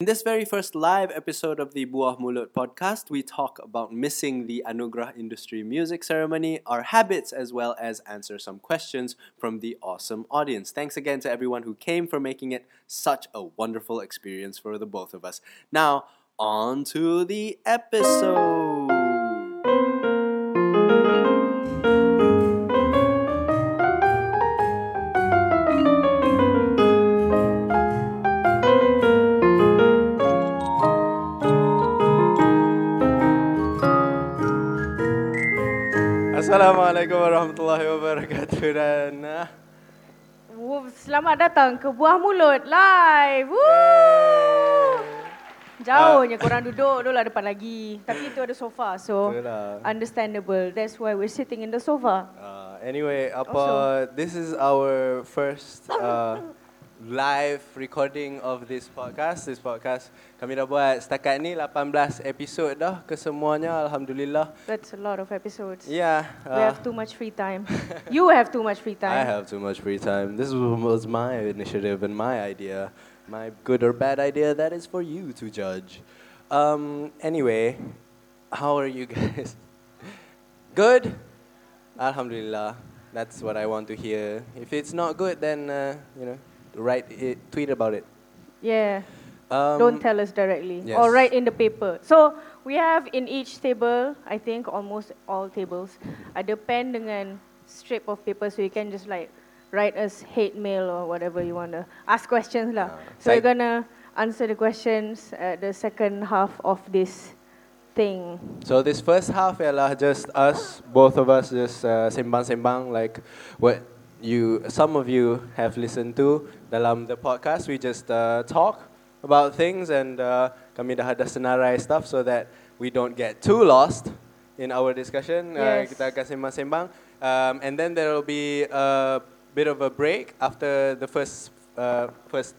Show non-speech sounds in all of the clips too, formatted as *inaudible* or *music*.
In this very first live episode of the Buah Mulut podcast, we talk about missing the Anugrah Industry Music Ceremony, our habits, as well as answer some questions from the awesome audience. Thanks again to everyone who came for making it such a wonderful experience for the both of us. Now, on to the episode. Assalamualaikum warahmatullahi wabarakatuh dan ah, Wow, Selamat datang ke Buah Mulut Live. Woo! Ah. Jauhnya korang duduk, duduklah depan lagi. Tapi itu ada sofa, so Itulah. understandable. That's why we're sitting in the sofa. Uh, anyway, apa, this is our first uh, live recording of this podcast. This podcast kami dah buat setakat ni 18 episod dah kesemuanya alhamdulillah. That's a lot of episodes. Yeah. We Uh, have too much free *laughs* time. you have too much free I time. have too much free time. This was my initiative and my idea. My good or bad idea, that is for you to judge. Um, anyway, how are you *laughs* guys? Good? Alhamdulillah. That's what I want to hear. If it's not good, then, uh, you know, write it, tweet about it. Yeah. Um, Don't tell us directly. yes. Or write in the paper. So we have in each table, I think almost all tables, ada pen dengan strip of paper so you can just like write us hate mail or whatever you want to ask questions lah. Ah. so we're Like- gonna answer the questions at the second half of this thing. So this first half ialah just us, both of us just uh, sembang-sembang like what you, some of you have listened to dalam the podcast. We just uh, talk about things and uh, kami dah ada senarai stuff so that we don't get too lost in our discussion. Uh, Yes. kita akan sembang-sembang. Um, and then there will be a bit of a break after the first uh, first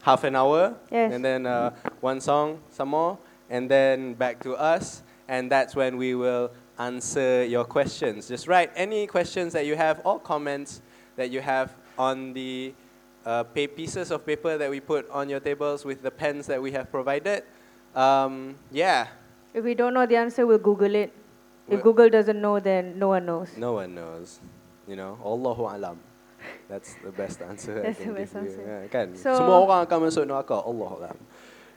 half an hour, Yes. and then uh, one song, some more, and then back to us, and that's when we will answer your questions. Just write any questions that you have or comments that you have on the uh, pa- pieces of paper that we put on your tables with the pens that we have provided. Um, yeah, If we don't know the answer, we'll Google it. If Well- Google doesn't know, then no one knows. no one knows, you know. Allahu alam. That's the best answer. That's I the can best give you. answer. Yeah, kan? So- Semua orang akan masuk neraka. Allahu alam.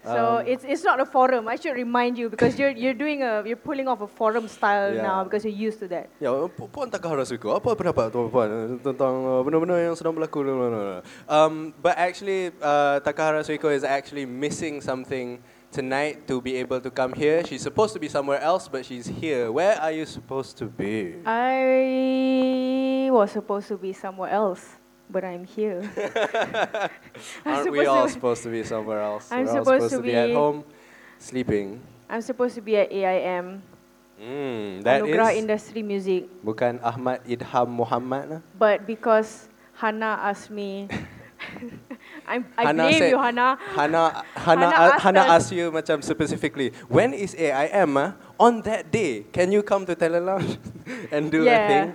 Um, So it's it's not a forum. I should remind you because you're you're doing a you're pulling off a forum style Yeah. now because you're used to that. Ya, pu- puan takkan harus ikut. Apa pendapat tuan puan eh, tentang eh, benda-benda yang sedang berlaku? dalam- dalam- dalam? Um, but actually, uh, Takahara Suiko is actually missing something tonight to be able to come here. She's supposed to be somewhere else, but she's here. Where are you supposed to be? I was supposed to be somewhere else, but I'm *laughs* here. I'm Aren't we supposed all to- supposed to be somewhere else? I'm We're all supposed to to be at be- home, sleeping. I'm supposed to be at AIM, Mm, that is Anugerah Industry Music, bukan Ahmad Idham Muhammad lah. but because Hannah asked *laughs* me, *laughs* I'm, I Hannah blame said- you, Hannah. Hana, Hana, Hana Hana, asked Hana us- asked you macam specifically, when is AIM? ah? On that day, can you come to Telelounge *laughs* and do a Yeah, thing?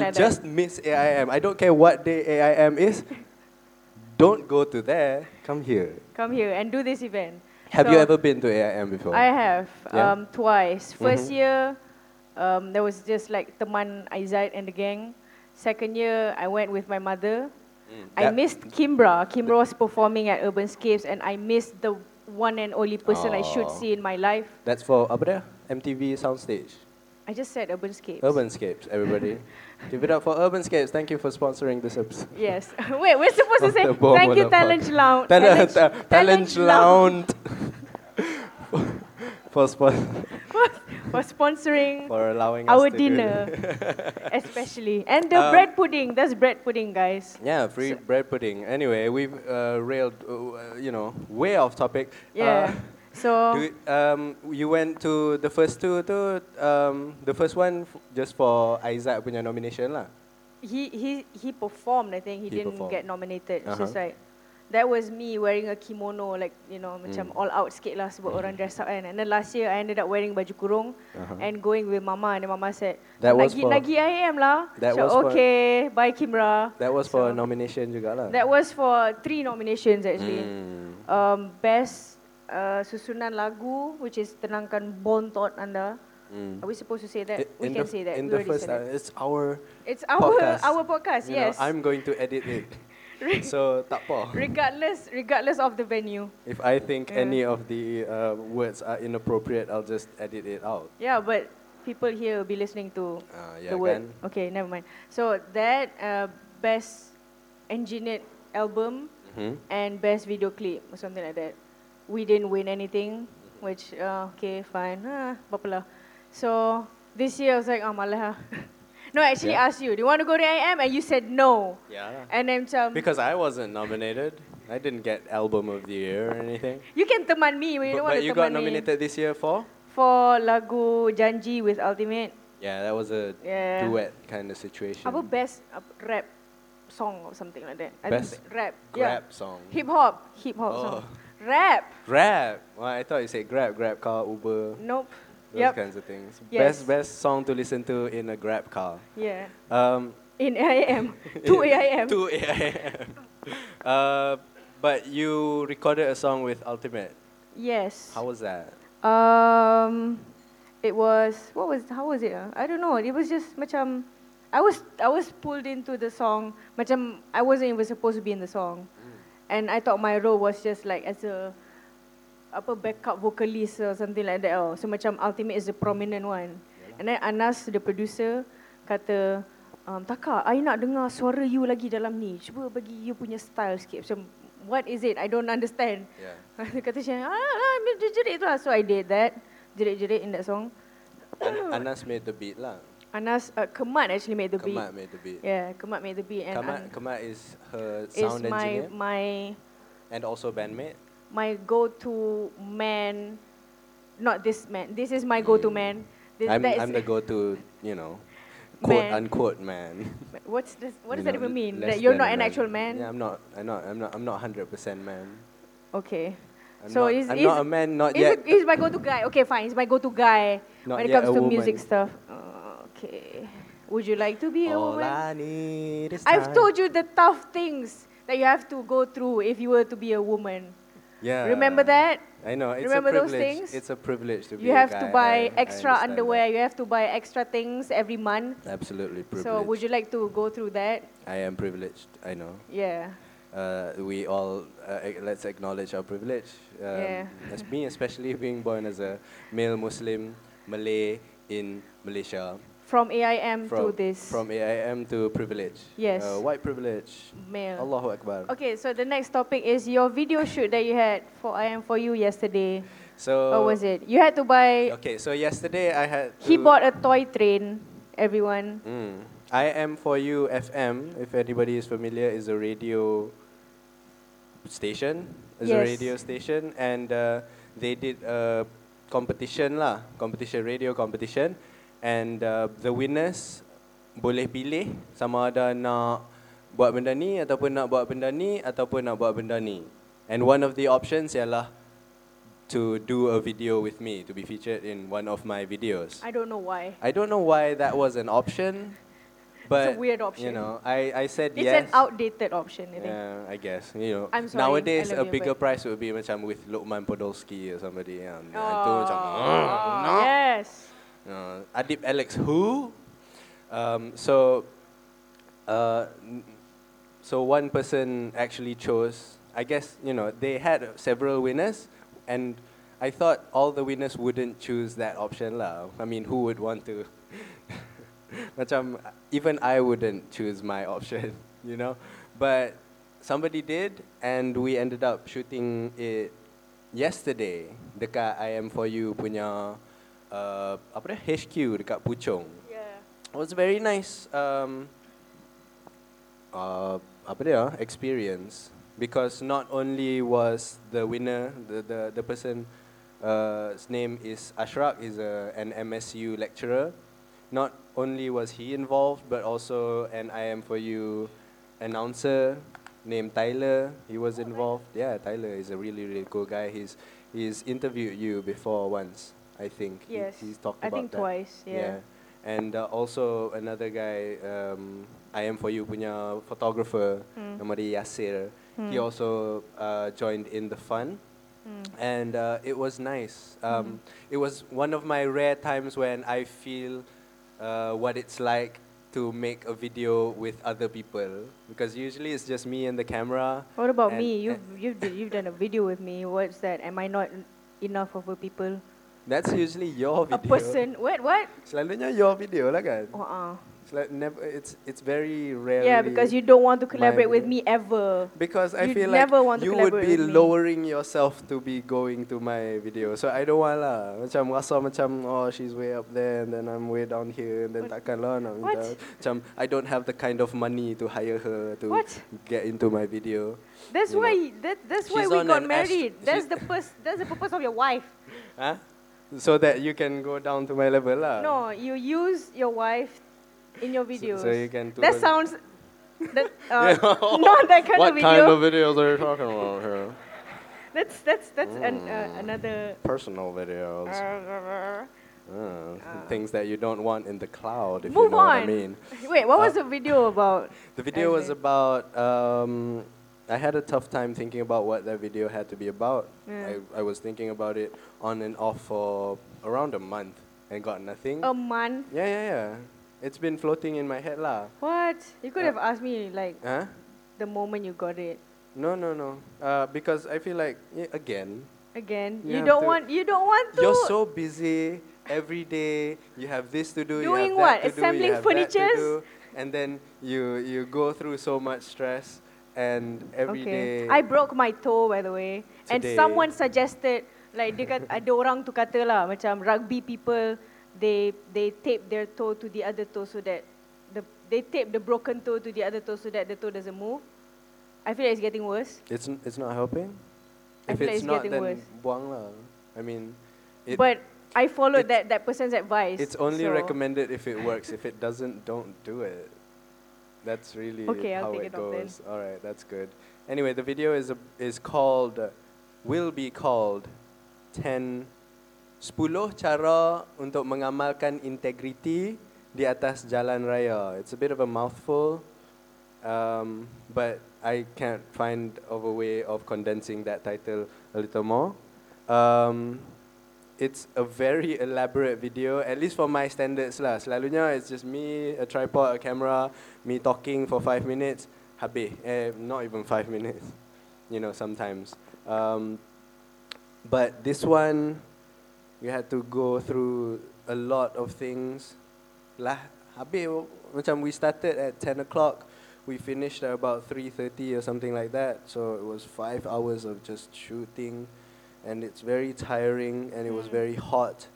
Macam like that. just miss AIM. I don't care what day AIM is. Don't go to there. Come here. Come here and do this event. Have So- you ever been to AIM before? I have Yeah. um, twice. 1st Mhm. year, um, there was just like Teman Aizat and the gang. Second year, I went with my mother. I Mm. that- missed Kimbra. Kimbra was performing at Urban Scapes, and I missed the one and only person I should Aw. see in my life. That's for apa dia? MTV Soundstage. I just said Urban Scapes. Urbanscapes, *laughs* everybody. Give it up for Urbanscapes. Thank you for sponsoring this episode. Yes. *laughs* Wait, we're *laughs* supposed to Of say the bomb thank on the you, Talent Lounge. Talent, uh, talent, Lounge. *laughs* for, spon- *laughs* For sponsoring for allowing us to our do *laughs* this. dinner, especially. And the Um, bread pudding. That's bread pudding, guys. Yeah, free bread pudding. Anyway, we've uh, railed, uh, you know, way off topic. Uh, Yeah. so do you, um, you went to the first two, tu, um, the first one f- just for Isaac punya nomination lah. he he he performed. I think he, He didn't performed. get nominated. It's just Uh-huh. Hmm. like that was me wearing a kimono, like you know, macam all out sikit lah sebab orang dress up kan. And then last year I ended up wearing baju kurung Uh-huh. and going with mama. And then mama said, That was lagi for- lagi I am lah. That Macam, was for- okay, bye Kimra. That was for So- nomination juga lah. Hmm. That was for three nominations actually. Mm. Um, best uh, susunan lagu which is tenangkan bond thought anda. Are we supposed to say that? I- mm. we in the, can say that. in we the already first, uh, said it. it's our It's our podcast. our podcast. you know, yes. I'm going to edit *laughs* it. so tak apa. regardless regardless of the venue. If I think Yeah. any of the uh, words are inappropriate, I'll just edit it out. Yeah, but people here will be listening to Ah, ya the word. kan? Okay, never mind. So that uh, best engineered album Mhm. and best video clip or something like that. We didn't win anything, which uh, okay, fine. Ah, apa lah. So this year I was like, oh malah. *laughs* no, I actually Yeah. asked you, do you want to go to AM? And you said no. Yeah. And then macam, Because I wasn't nominated. I didn't get album of the year or anything. you can teman but me, but you don't want but to you teman got me. nominated this year for? For lagu Janji with Ultimate. Yeah, that was a Yeah. duet kind of situation. Apa best uh, rap song or something like that? I Best think rap. Grab song. Yeah. Hip hop, hip hop song. Oh. Rap. Grab. Well, I thought you said grab, grab car, Uber, Nope. those yep. kinds of things. Best Yes. best song to listen to in a grab car. Yeah. Um, *laughs* In *laughs* AIM. 2 AIM. 2 a.m. *laughs* uh, but you recorded a song with Ultimate. Yes. How was that? Um it was what was how was it? ah? I don't know. It was just macam I was I was pulled into the song macam I wasn't even supposed to be in the song. And I thought my role was just like as a apa backup vocalist or something like that. Oh. So macam Ultimate is the prominent one. And then Anas the producer kata um, Taka, I nak dengar suara you lagi dalam ni. Cuba bagi you punya style sikit. Macam what is it? I don't understand. Yeah. Dia kata macam, ah, ah, ambil jerit-jerit tu lah. So I did that. Jerit-jerit in that song. An- *clears throat* Anas made the beat lah. Anas, uh, Kemat actually made the Kamat beat. made the beat. Yeah, Kemat made the beat. And Kamat, Kamat, Kamat is her is sound my, engineer my, and also bandmate. my go-to man. Not this man. This is my go-to man. This, Mm. I'm, that is- I'm the go-to, you know, quote Man. unquote man. What's this, what You does that know, even mean? less That you're than not a an actual man? Yeah, I'm not. I'm not. I'm not. I'm not 100 percent man. Okay. I'm so not, is, I'm is, not a man. Not is yet. he's my go-to guy. Okay, fine. He's my go-to guy Not when it yet a comes to woman. music stuff. Uh, okay. Would you like to be a All woman? I need is time. I've told you the tough things that you have to go through if you were to be a woman. Yeah. Remember that? I know. It's Remember a those privilege. things? It's a privilege to be. You a have guy. to buy I- I extra understand underwear, you have to buy extra things every month. that. Absolutely privileged. So, would you like to go through that? I am privileged. I know. Yeah. Uh, we all uh, ac- let's acknowledge our privilege. Um, Yeah. As me, especially being born as a male Muslim Malay in Malaysia. From AIM from, to this From AIM to privilege. Yes. Uh, white privilege. male. Allahu Akbar. Okay, so the next topic is your video shoot that you had for I Am For You yesterday. So. what was it? You had to buy, Okay, so yesterday I had. he to- bought a toy train, everyone. Mm, I am for you FM. If anybody is familiar, is a radio station. Is a Yes. radio station, and uh, they did a competition lah, competition radio competition, and uh, the winners boleh pilih sama ada nak buat benda ni ataupun nak buat benda ni ataupun nak buat benda ni. And one of the options ialah to do a video with me to be featured in one of my videos. I don't know why. I don't know why that was an option, but weird You option. know, I, I said It's yes. an outdated option, I think. Yeah, I guess you know. I'm sorry, I nowadays, a love you, bigger but- price would be macam with Lokman Podolski or somebody. Yeah, and tu macam, Oh, "Ah, no." Yes. Uh, Adib Alex who? Um, so, uh, n- so one person actually chose. I guess you know they had several winners, and I thought all the winners wouldn't choose that option lah. I mean, who would want to? *laughs* Macam, even I wouldn't choose my option, *laughs* you know. But somebody did, and we ended up shooting it yesterday dekat I am for you punya uh, apa dia HQ dekat Puchong. Yeah. It was a very nice um, uh, apa dia experience because not only was the winner the the the person uh, his name is Ashraf is a, an MSU lecturer. Not only was he involved, but also an I am for you announcer named Tyler. He was involved. Yeah, Tyler is a really really cool guy. He's he's interviewed you before once, I think. He- Yes. he's talked I about think that. twice. Yeah. And uh, also another guy, um, I am for you punya photographer, Mm. nama dia Yasir. He Mm. also uh, joined in the fun. Hmm. and uh, it was nice. Um, It was one of my rare times when I feel uh, what it's like to make a video with other people because usually it's just me and the camera. What about And- me? You've, you've, d- you've done a video with me. What's that? Am I not enough of a people? That's usually your video. A person? What? What? Selalunya your video lah kan. Uh-uh. It's like never. It's it's very rare. Yeah, because you don't want to collaborate with video. me ever. Because I you'd feel never like want to you would collaborate be with me. lowering yourself to be going to my video. So I don't want lah. Macam rasa macam oh she's way up there and then I'm way down here and then takkan lah nak minta. What? Macam I don't have the kind of money to hire her to What? get into my video. That's You know. why that, that's why She's we on got an ast- married. that's she- the pers- that's the purpose of your wife. Huh? So that you can go down to my level lah. No, you use your wife in your So, videos. so you can that turun- sounds *laughs* that, uh, *laughs* not that kind what of video. kind of videos are you talking about here? that's that's that's an, Mm. uh, another uh, Personal videos. Uh, things that you don't want in the cloud, if you Move know on. what I mean. Wait, what Uh, was the video about? The video was Okay. about. Um, I had a tough time thinking about what that video had to be about. Yeah. I, I was thinking about it on and off for around a month and got nothing. A month? Yeah, yeah, yeah. It's been floating in my head, lah. What? You could Uh, have asked me like Huh? the moment you got it. No, no, no. Uh, because I feel like, yeah, again, Again, You you, have don't to- want you don't want to. You're so busy every day. You have this to do. you have Doing what? that To do, Assembling you have that to furnitures? do, and then you you go through so much stress, and every day. I broke my toe by the way. And Today. someone suggested like dia kat, ada orang tu kata lah macam rugby people they they tape their toe to the other toe so that the they tape the broken toe to the other toe so that the toe doesn't move. I feel like it's getting worse. it's n- it's not helping. I if feel like it's it's not, getting then worse. buang lah. I mean, it, but I followed it's- that that person's advice. it's only so- recommended if it works. if *laughs* it doesn't, don't do it. That's really Okay, I'll how it, take it off then. goes. All right, that's good. Anyway, the video is a, is called, uh, will be called, ten. 10 cara untuk mengamalkan integriti di atas jalan raya. It's a bit of a mouthful, um, but I can't find of a way of condensing that title a little more. Um, it's a very elaborate video, at least for my standards lah. Selalunya it's just me, a tripod, a camera, me talking for five minutes, habis. Eh, not even five minutes, you know, sometimes. Um, but this one, we had to go through a lot of things. Lah, habis w- macam we started at 10 o'clock, we finished at about 3.30 or something like that. So it was five hours of just shooting and it's very tiring and it was very hot.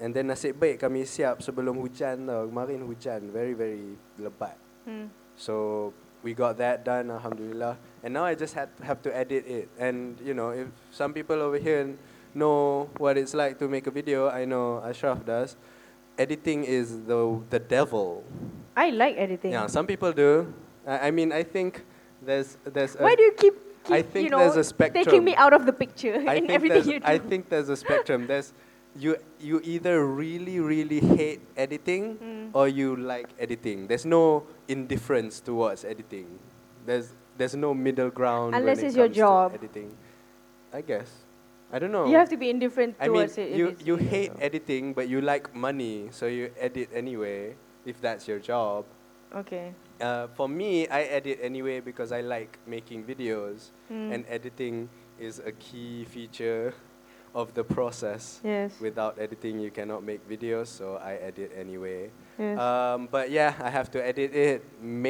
And then nasib baik kami siap sebelum hujan tau. Kemarin hujan, very very lebat. Hmm. So we got that done, alhamdulillah. And now I just had have to edit it. And you know, if some people over here know what it's like to make a video, I know Ashraf does. Editing is the the devil. I like editing. Yeah, some people do. I, I mean, I think there's there's. a- Why do you keep, keep I think you know, there's a taking spectrum. me out of the picture I *laughs* in think everything there's- you do? I think there's a spectrum. There's you you either really really hate editing Mm. or you like editing. There's no indifference towards editing. There's there's no middle ground when Unless it it's your comes to job. editing. I guess. I don't know. You have to be indifferent I mean, towards it. if you it's- you hate editing, but you like money, so you edit anyway if that's your job. Okay. Uh, for me, I edit anyway because I like making videos, Mm. and editing is a key feature of the process. Yes. Without editing, you cannot make videos, so I edit anyway. yes. Um, but yeah, I have to edit it.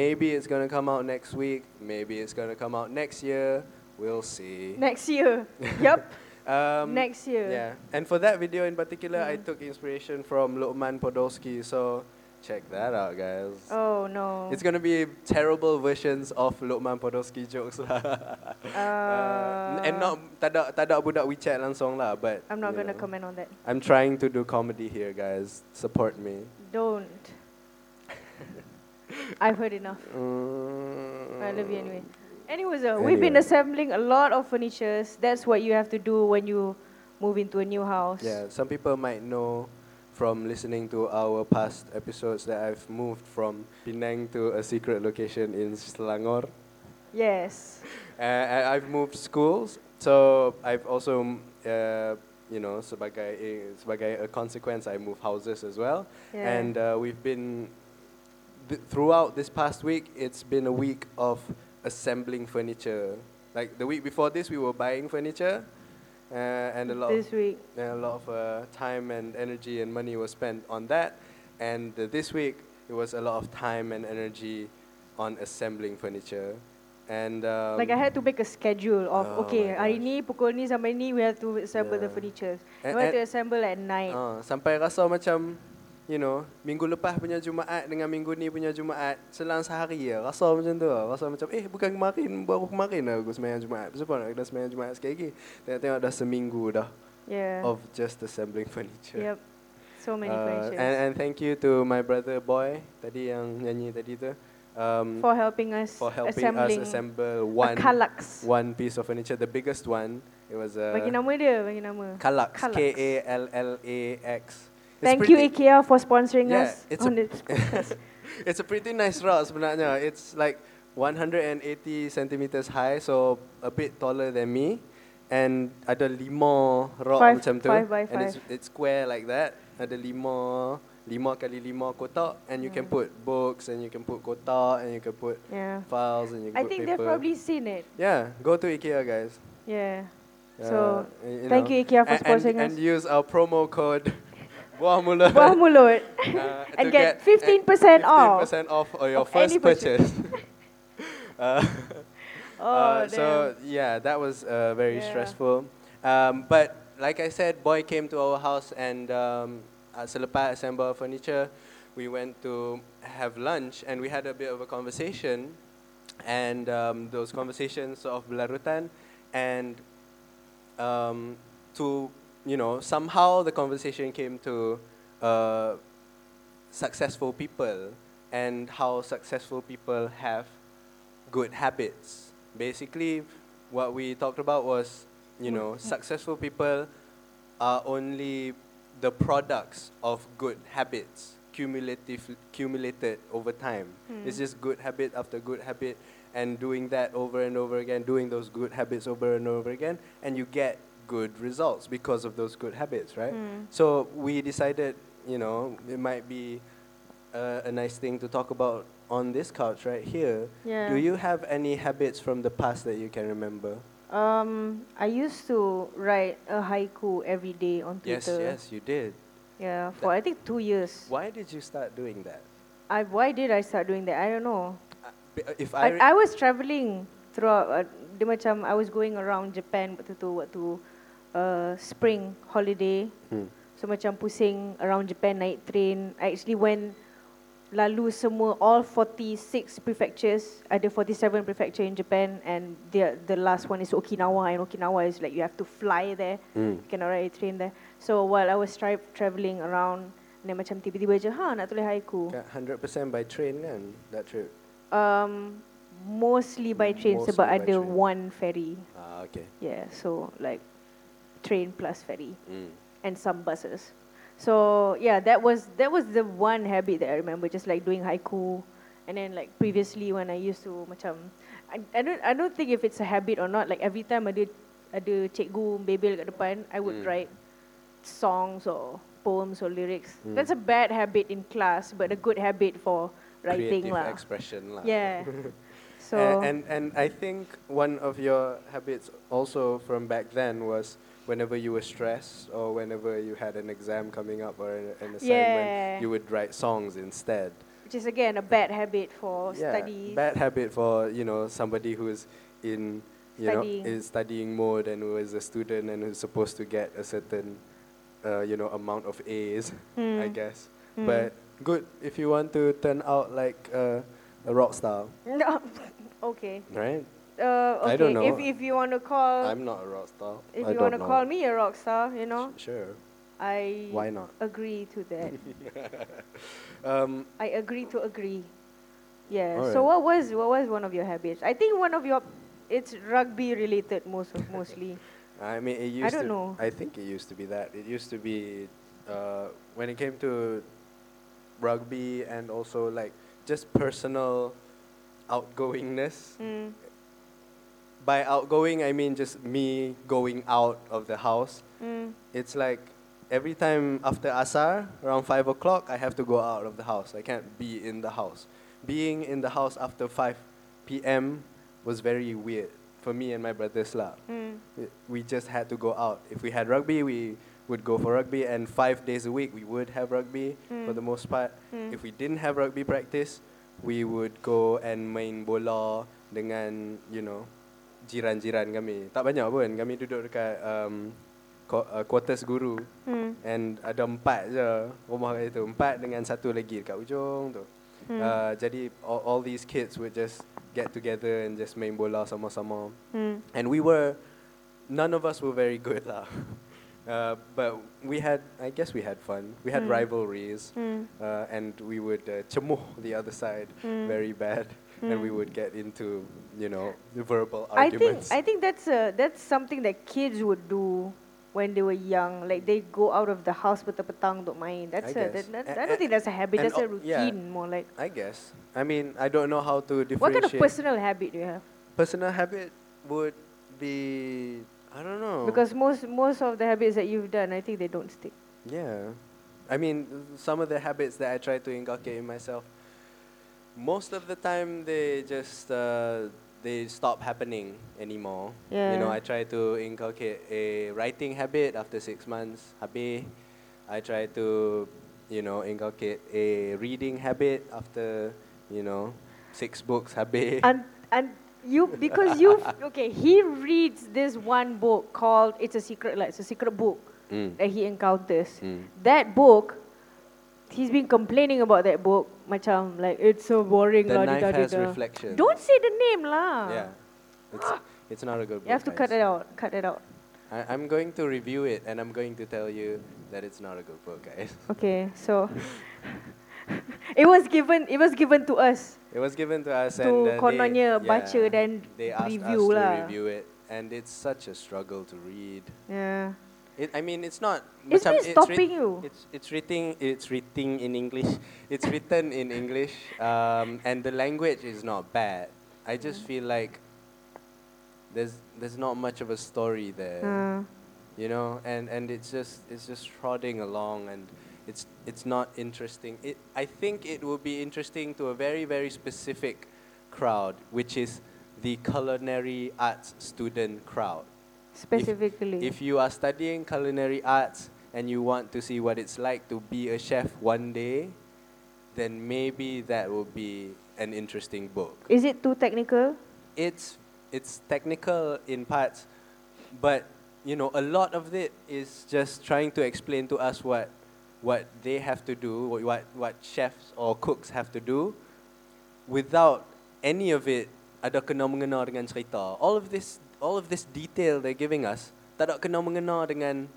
Maybe it's gonna come out next week. Maybe it's gonna come out next year. We'll see. next *laughs* year. yep. Um, next year. Hmm. Yeah, and for that video in particular, I took inspiration from Lokman Podolsky. So check that out, guys. Oh no. It's gonna be terrible versions of Lokman Podolsky jokes *laughs* lah. uh, Uh, and not tak ada tak ada budak WeChat langsung lah, but I'm not you gonna know. comment on that. I'm trying to do comedy here, guys. Support me. Don't. *laughs* I've heard enough. I love you Mm. anyway. Anyways, uh, we've been Anyway. assembling a lot of furnitures. That's what you have to do when you move into a new house. Yeah, some people might know from listening to our past episodes that I've moved from Penang to a secret location in Selangor. Yes. Uh, I- I've moved schools. So I've also, mm, uh, you know, sebagai eh, sebagai a consequence, I move houses as well, Yeah. and uh, we've been th- throughout this past week. It's been a week of assembling furniture. Like the week before this, we were buying furniture, uh, and a lot. of- this week. and a lot of uh, time and energy and money was spent on that. And uh, this week, it was a lot of time and energy on assembling furniture. And um, like I had to make a schedule of Oh my okay hari gosh. ni pukul ni sampai ni we have to assemble the Yeah. furniture. And- we have to and- assemble at night. ah, sampai rasa macam, you know, minggu lepas punya Jumaat dengan minggu ni punya Jumaat, selang sehari ya, rasa macam tu lah. Rasa macam, eh bukan kemarin, baru kemarin lah aku semayang Jumaat. Pasal apa nak kena semayang Jumaat sekali lagi? Tengok-tengok dah seminggu dah yeah. of just assembling *laughs* furniture. Yep. So many Uh, furnitures. and, and thank you to my brother Boy tadi yang nyanyi tadi tu um, for helping us for helping assembling us assemble a one Kallax. one uh, piece of furniture, the biggest one. It was a Bagi nama dia, bagi nama. Kallax, Kallax. K A L L A X. It's Thank you pretty- IKEA for sponsoring Yeah, us it's *laughs* on a- this podcast. It's a pretty nice rock sebenarnya. It's like 180 centimeters high, so a bit taller than me. And ada lima rock Five- macam tu. five by And it's, it's square like that. Ada lima, lima kali lima kotak. And you can Hmm. put books, and you can put kotak, and you can put yeah. files, and you can I put think paper. they've probably seen it. Yeah, go to IKEA, guys. Yeah. Uh, So, y- thank you, IKEA, A- for and, sponsoring and us. use our promo code *laughs* Buah Mulut. Buah mulut. *laughs* uh, to and a- get 15% off. 15% off on your Of first any purchase. purchase. *laughs* uh, Oh, uh, damn. so yeah, that was uh, very Yeah. stressful. Um, but like I said, boy came to our house and um, uh, selepas assemble furniture, we went to have lunch and we had a bit of a conversation, and um, those conversations sort of belarutan, and um, to you know somehow the conversation came to uh, successful people and how successful people have good habits. Basically, what we talked about was you know successful people are only the products of good habits cumulative cumulated over time. It's just good habit after good habit and doing that over and over again, doing those good habits over and over again, and you get good results because of those good habits, right? So we decided, you know, it might be uh, a nice thing to talk about on this couch right here. yeah. Do you have any habits from the past that you can remember? Um, I used to write a haiku every day on Yes, Twitter. yes, you did. Yeah, for I think two years. Why did you start doing that? I, why did I start doing that? I don't know. Uh, b- uh, If I, I, re- I was traveling throughout. Uh, dia macam I was going around Japan waktu tu waktu uh, spring holiday. Hmm. So macam pusing around Japan naik train. I actually went lalu semua all 46 prefectures. Ada 47 prefecture in Japan and the the last one is Okinawa and Okinawa is like you have to fly there. Mm. You cannot ride a train there. So while I was tra- traveling around then macam tiba-tiba je ha nak tulis haiku. Kat 100% by train kan that trip. Um, mostly by train Mostly sebab by ada train. one ferry. Ah okay. Yeah, so like train plus ferry Mm. and some buses. So yeah, that was that was the one habit that I remember, just like doing haiku, and then like previously when I used to macam, I, I don't I don't think if it's a habit or not. Like every time ada ada cikgu bebel kat depan, I would Mm. write songs or poems or lyrics. Mm. That's a bad habit in class, but a good habit for writing Creative lah. expression lah. *laughs* Yeah. So A- And, and I think one of your habits also from back then was whenever you were stressed or whenever you had an exam coming up or an, an assignment, Yeah. you would write songs instead. which is again a bad habit for Yeah, *laughs* studies. Bad habit for you know somebody who is in you Studying. know in studying mode and who is a student and who's supposed to get a certain uh, you know amount of A's, I Mm. guess. Mm. But good if you want to turn out like uh, a rock star, No. *laughs* okay. right? Uh, I okay. don't know. If if you want to call I'm not a rock star. Uh, I if you don't want to know. call me a rock star, you know, Sh- sure. I Why not? agree to *laughs* that. Um, I agree to agree. Yeah. All So right. what was what was one of your habits? I think one of your it's rugby related most of mostly. I mean, it used don't to. know. I think it used to be that. It used to be uh, when it came to rugby and also like just personal outgoingness. Mm. by outgoing, I mean just me going out of the house. Mm. It's like every time after asar, around five o'clock, I have to go out of the house. I can't be in the house. Being in the house after five p.m. was very weird for me and my brothers lah. We- We just had to go out. If we had rugby, we would go for rugby, and five days a week we would have rugby for the most part. If we didn't have rugby practice, we would go and main bola dengan you know jiran-jiran kami. Tak banyak pun. Kami duduk dekat um, qu- uh, quarters guru. Hmm. And ada empat je rumah kat situ. Empat dengan satu lagi dekat ujung tu. Hmm. Uh, jadi all, all these kids would just get together and just main bola sama-sama. Hmm. And we were, none of us were very good lah. *laughs* Uh, but we had, I guess we had fun. We Hmm. had rivalries, uh, and we would uh, cemuh the other side Hmm. very bad, and we would get into, you know, verbal I think arguments. I think that's a, that's something that kids would do when they were young. Like they go out of the house with the petang don't main. I That's a, guess. that, that, A- I a- don't think that's a habit. and That's a o- yeah. routine more like. I guess. I mean, I don't know how to differentiate. What kind of personal habit do you have? personal habit would be, I don't know. Because most most of the habits that you've done, I think they don't stick. Yeah. I mean, some of the habits that I try to inculcate in myself, most of the time they just, uh, they stop happening anymore. You know, Yeah. I try to inculcate a writing habit after six months, habis. I try to, you know, inculcate a reading habit after, you know, six books, habis. and and you because you *laughs* okay he reads this one book called it's a secret like it's a secret book Mm. that he encounters Mm. that book he's been complaining about that book macam like it's so boring The lah, knife dida, has dida. reflections. don't say the name lah Yeah. It's, it's not a good book. Uh, you have to guys. cut it out cut it out I, I'm going to review it and I'm going to tell you that it's not a good book, guys. *laughs* okay so it was given it was given to us It was given to us To and uh, kononnya they, baca dan they asked review us lah. to review it and it's such a struggle to read. yeah It, I mean, it's not. Isn't macam it stopping you? It's it's written it's written in English. *laughs* It's written in English, um, and the language is not bad. I just feel like there's there's not much of a story there. uh, you know and and it's just it's just trotting along and it's it's not interesting it i think it will be interesting to a very very specific crowd which is the culinary arts student crowd specifically if you are studying culinary arts and you want to see what it's like to be a chef one day then maybe that will be an interesting book is it too technical it's it's technical in parts, but you know a lot of it is just trying to explain to us what what they have to do, what what, what chefs or cooks have to do, without any of it ada kena mengena dengan cerita. All of this all of this detail they're giving us tak ada kena mengena dengan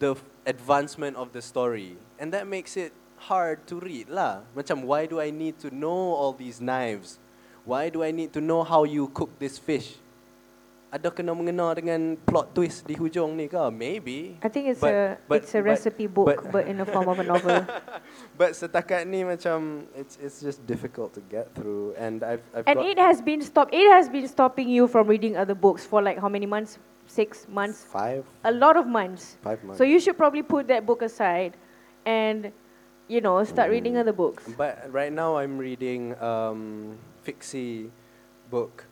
the f- advancement of the story, and that makes it hard to read lah. Macam why do I need to know all these knives? Why do I need to know how you cook this fish? Ada kena mengena dengan plot twist di hujung ni ke? Maybe. I think it's But- a but- it's a but- recipe book, but- but, in the form of a novel. *laughs* But setakat ni macam it's it's just difficult to get through, and I've I've and got it has been stop. It has been stopping you from reading other books for like how many months? Six months? five A lot of months. five months. So you should probably put that book aside, and you know start reading Mm. other books. But right now I'm reading um, Fixie book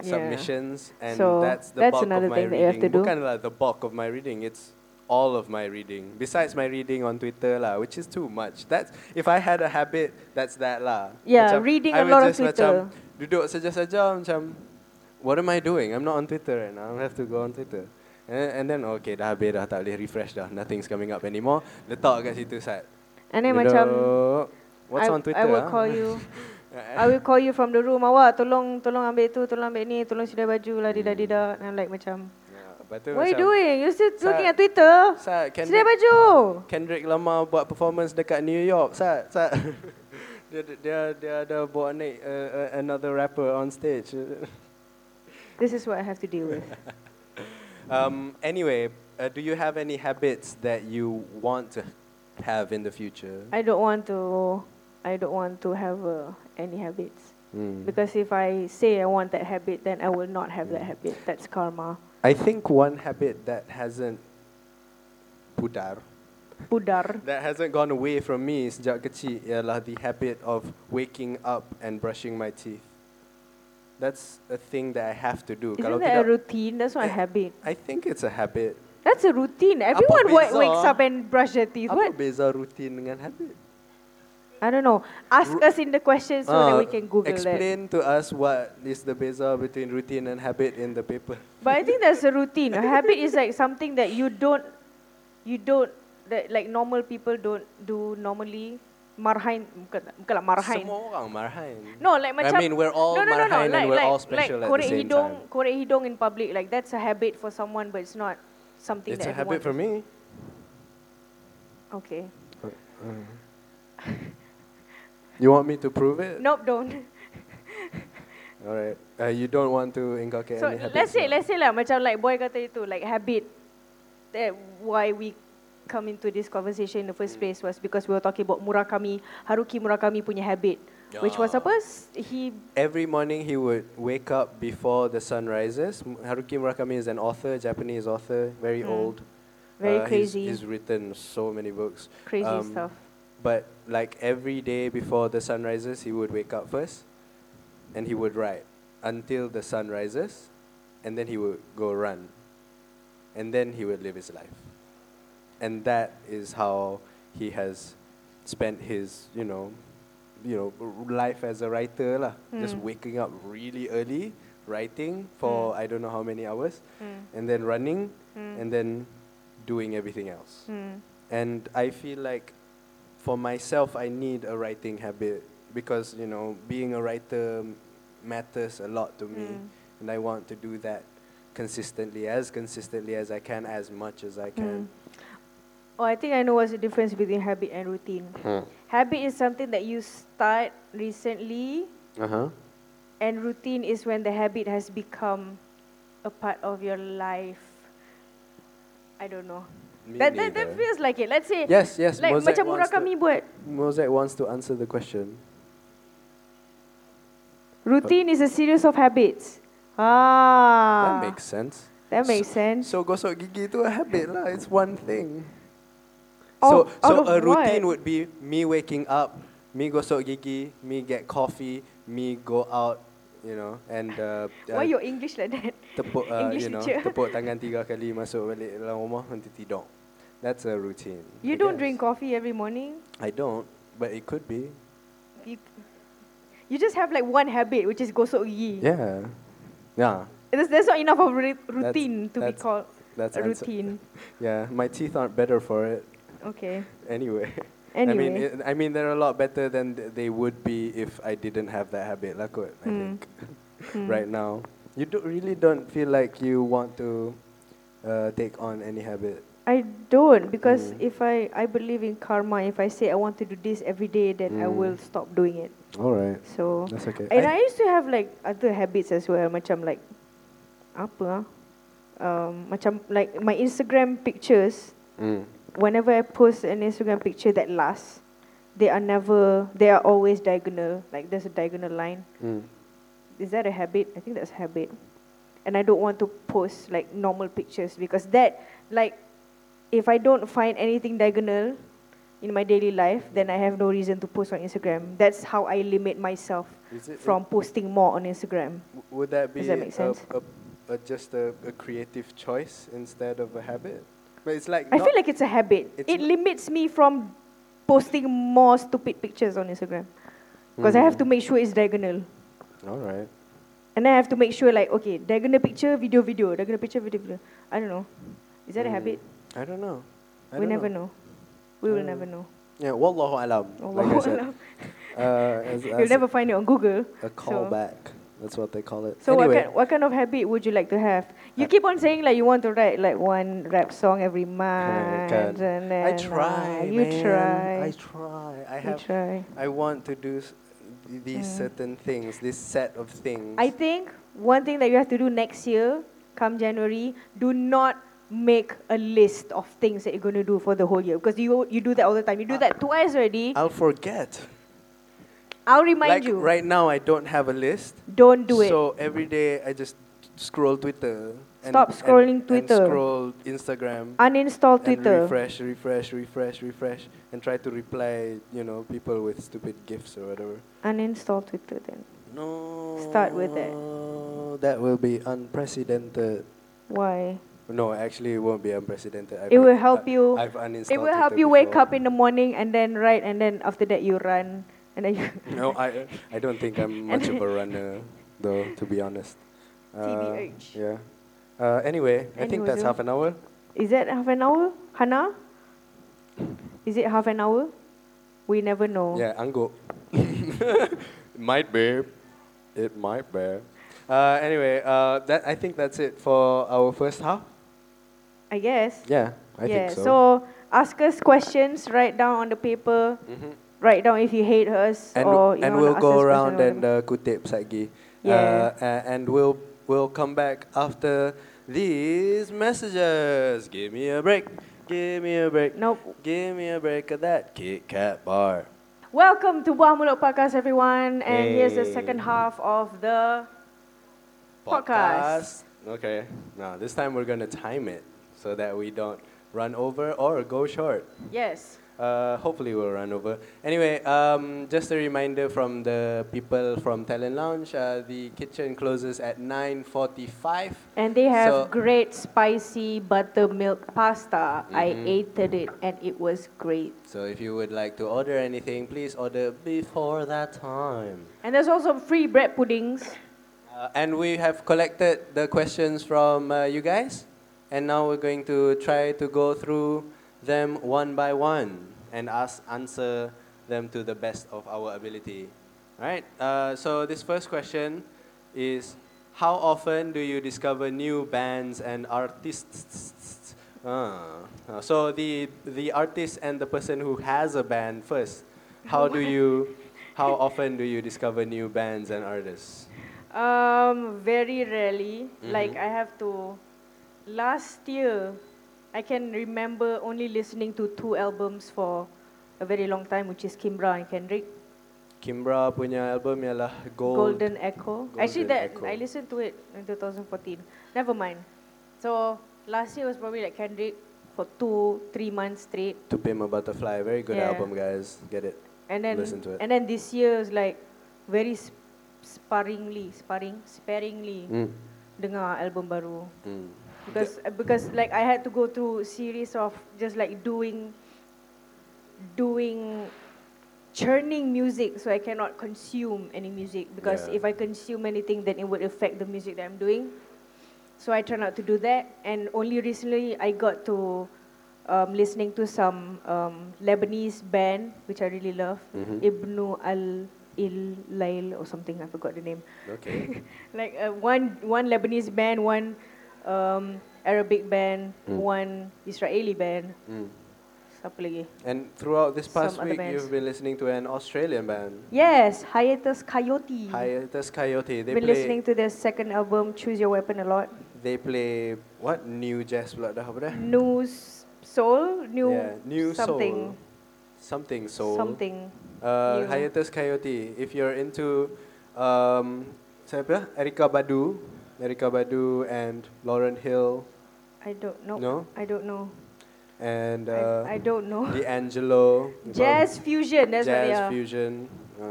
Yeah. submissions, and So, that's the that's bulk of another my thing that reading. you have to do. Bukan lah the bulk of my reading. It's all of my reading. Besides my reading on Twitter lah, which is too much. That's if I had a habit, that's that lah. Yeah, Macam, reading I a would lot of just Macam, Twitter. duduk saja-saja macam, what am I doing? I'm not on Twitter right now. I have to go on Twitter. And, and then okay dah habis dah tak boleh refresh dah. Nothing's coming up anymore. Letak kat situ sat. And then macam Duduk. What's I, on Twitter? I will ah? Eh, call *laughs* you. I will call you from the room. Awak tolong tolong ambil tu, tolong ambil ni, tolong sidai baju lah, dida dida. And I'm like macam, Ya, lepas tu what are you macam, doing? You still Sat. looking at Twitter? Sat, Sidai Kendrick, baju. Kendrick Lamar buat performance dekat New York, Sat, Sat. *laughs* dia, dia, dia ada bawa naik uh, uh, another rapper on stage. *laughs* This is what I have to deal with. um, anyway, uh, do you have any habits that you want to have in the future? I don't want to. I don't want to have uh, any habits. Hmm. Because if I say I want that habit, then I will not have that habit. That's karma. I think one habit that hasn't pudar, Pudar. that hasn't gone away from me sejak kecil ialah the habit of waking up and brushing my teeth. That's a thing that I have to do. Kalau Isn't that a tidak- routine? That's not a habit. I think it's a habit. That's a routine. Everyone wa- beza? wakes up and brush their teeth. Apa What? beza rutin dengan habit? I don't know. Ask us in the questions so Ah, that we can Google that. Explain to us what is the beza between routine and habit in the paper. But I think that's a routine. A habit is like something that you don't, you don't, that like normal people don't do normally. Marhain, bukan, bukan lah marhain. Semua orang marhain. No, like I macam mean, we're all no, no, no, no. marhain and like, we're like, all special like at the korek same hidung, time. Korek hidung in public, like that's a habit for someone, but it's not something It's a that habit for everyone me. does. Okay. You want me to prove it? Nope, don't. All right. Uh, you don't want to inculcate so any habits. let's say, now. let's say lah, macam like boy kata itu, like habit. That why we come into this conversation in the first place was because we were talking about Murakami, Haruki Murakami punya habit, which was Yeah. apa? S- He Every morning he would wake up before the sun rises. M- Haruki Murakami is an author, Japanese author, very Mm. old. Uh, Very he's- crazy. He's, written so many books. crazy Um, stuff. But like every day before the sun rises, he would wake up first, and he would write until the sun rises, and then he would go run, and then he would live his life, and that is how he has spent his you know, you know r- life as a writer lah. Just Mm. waking up really early, writing for I don't know how many hours, Mm, and then running, mm, and then doing everything else. mm, And I feel like for myself, I need a writing habit because, you know, being a writer m- matters a lot to me. Mm. And I want to do that consistently, as consistently as I can, as much as I mm. can. Oh, I think I know what's the difference between habit and routine. Habit is something that you start recently, Uh huh. and routine is when the habit has become a part of your life. I don't know. Me That, that, that neither. feels like it. Let's say, Yes, yes. like Mosaic macam wants, Murakami to, buat. Mosaic wants to answer the question. Routine is a series of habits. Ah. That makes sense. That makes sense. So gosok gigi tu a habit lah. It's one thing. Out- so so out of a routine what? would be me waking up, me gosok gigi, me get coffee, me go out, you know, and uh, Why your English like that? *laughs* tepuk uh, English you know, teacher? *laughs* tepuk tangan tiga kali masuk balik dalam rumah nanti tidur. That's a routine. You I don't guess. drink coffee every morning. I don't, but it could be. You, you just have like one habit, which is gosok gigi. Yeah. Yeah. That's, that's not enough of ru- routine to be that's- called That's a answer- routine. Yeah, my teeth aren't better for it. Okay. Anyway. *laughs* Anyway. I mean, it, I mean, they're a lot better than th- they would be if I didn't have that habit. Like what I Hmm. think *laughs* Hmm. right now, you do, really don't feel like you want to uh, take on any habit. I don't because Mm. if I I believe in karma. If I say I want to do this every day, then I Mm. will stop doing it. All right, So that's okay. and I, used to have like other habits as well, macam like apa? ah? Um, macam like my Instagram pictures. mm, Whenever I post an Instagram picture that lasts, they are never they are always diagonal. Like there's a diagonal line. mm. is that a habit? I think that's a habit. And I don't want to post like normal pictures because that like if I don't find anything diagonal in my daily life, then I have no reason to post on Instagram. That's how I limit myself Is it- from posting more on Instagram. w- would that be Does that make a- sense? A, a, just a, a creative choice instead of a habit? But it's like I not- feel like it's a habit. it's it not- limits me from posting more stupid pictures on Instagram because I have Mm. to make sure it's diagonal. all right. And then I have to make sure like okay, diagonal picture, video, video, diagonal picture, video, video. I don't know. Is that a Mm. habit? I don't know. I we don't never know. know. We I will don't never know. Yeah, wallahu alam. like I Wallahu said. *laughs* alam. Uh, as, *laughs* You'll as never find it on Google. a callback. That's what they call it. So anyway, what, kind, what kind of habit would you like to have? You keep on saying like you want to write like one rap song every month. can. and then, I uh, try. you man. try. I try. I you have. try. I want to do s- th- these Mm. certain things. This set of things. I think one thing that you have to do next year, come January, do not make a list of things that you're going to do for the whole year because you you do that all the time. You do that twice already. I'll forget. I'll remind Uh, like you. right now, I don't have a list. Don't do it. So every day, I just scroll Twitter. Stop scrolling and, Twitter. And scroll Instagram. Uninstall and Twitter. refresh, refresh, refresh, refresh, and try to reply, you know, people with stupid gifs or whatever. Uninstall Twitter then. No. Start with it. That will be unprecedented. Why? No, actually, it won't be unprecedented. I've It will un- help I- you- I've uninstalled It will help Twitter you wake before. up in the morning and then write and then after that you run and then you *laughs* No, I I don't think I'm much of a runner, though, to be honest. TBH. yeah. Uh, anyway, I think Anyway, that's so- half an hour. Is that half an hour? Hannah? Is it half an hour? We never know. Yeah, Ango. *laughs* might be. It might be. Uh, anyway, uh, that I think that's it for our first half. I guess. Yeah, I yeah. think so. ask us questions, write down on the paper, write down if you hate us Mm-hmm. and or you and wanna we'll ask go us around question or and uh, kutip sagi. Yeah. Uh, a- and we'll we'll come back after these messages. Give me a break. Give me a break. whatever. Nope. Give me a break of that Kit Kat bar. Welcome to Buah Mulut Podcast, everyone. And here's the Hey. second half of the Podcast. Okay. Now this time we're gonna time it so that we don't run over or go short. yes. Uh, hopefully we'll run over. Anyway, um, just a reminder from the people from Talent Lounge. Uh, the kitchen closes at 9:45. And they So- have great spicy buttermilk pasta. I Mm-hmm. ate it and it was great. So if you would like to order anything, please order before that time. And there's also free bread puddings. Uh, and we have collected the questions from uh, you guys, and now we're going to try to go through them one by one and ask, answer them to the best of our ability. All right. Uh, so this first question is: How often do you discover new bands and artists? Ah. Uh, so the the artist and the person who has a band first. How do you? How often do you discover new bands and artists? Um, very rarely. Mm-hmm. Like I have to. Last year, I can remember only listening to two albums for a very long time, which is Kimbra and Kendrick. Kimbra punya album ialah Gold. Golden Oh, Echo. Golden Actually, that Echo. I listened to it in 2014. Never mind. So last year was probably like Kendrick for two, three months straight, To Pimp a Butterfly, very good Yeah. album, guys. Get it? and then Listen to it. and then this year is like very sp- sparingly, sparring, sparingly Mm. dengar album baru. Mm. because uh, because like I had to go through series of just like doing doing churning music so I cannot consume any music because Yeah. if I consume anything then it would affect the music that I'm doing so I try not to do that and only recently I got to um, listening to some um, Lebanese band which I really love Ibnu Al Il Lail or something I forgot the name Okay. like uh, one one Lebanese band, one um, Arabic band, Hmm. one Israeli band. Mm. Siapa lagi? And throughout this past Some other week, bands. you've been listening to an Australian band, Yes, Hiatus Coyote. Hiatus Coyote. They Mm. Been play. listening to their second album, Choose Your Weapon, a *coughs* lot. They play what new jazz pula dah apa dah? New s- soul, new, yeah, new something, soul. Something soul. something. Uh, New. Hiatus Coyote. If you're into um, siapa? Erika Badu, Erika Badu and Lauren Hill I don't know. No? I don't know. and I- uh, I, don't know. D'Angelo. *laughs* Jazz fusion. That's what jazz they are. fusion. Uh,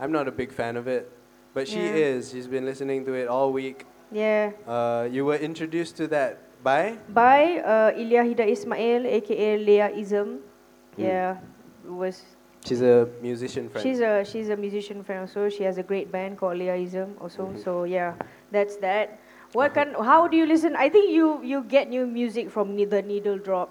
I'm not a big fan of it, but she Yeah. is. She's been listening to it all week. Yeah. Uh, you were introduced to that by by uh, Ilya Hida Ismail, aka Leah Ism. Hmm. Yeah, was she's a musician friend. she's a she's a musician friend also. She has a great band called Leah Ism also. Mm-hmm. So yeah, that's that. What Uh-huh. can how do you listen? I think you you get new music from ne- the Needle Drop,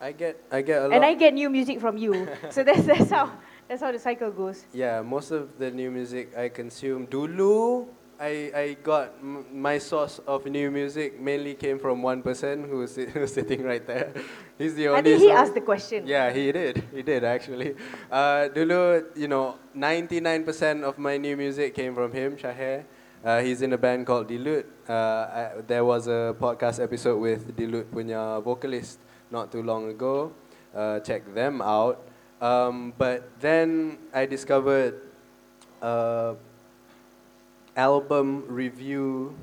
I get I get a lot. and I get new music from *laughs* you. so that's that's how that's how the cycle goes. yeah, most of the new music I consume. Dulu, I I got m- my source of new music mainly came from one person who was, sit- *laughs* who was sitting right there. He's the only. I think he source- asked the question. Yeah, he did. He did actually. Uh, dulu, you know, 99% of my new music came from him, Shaher. Uh, he's in a band called Dilute. Uh, I, there was a podcast episode with Dilute punya vocalist not too long ago. Uh, check them out. Um, but then I discovered uh, album review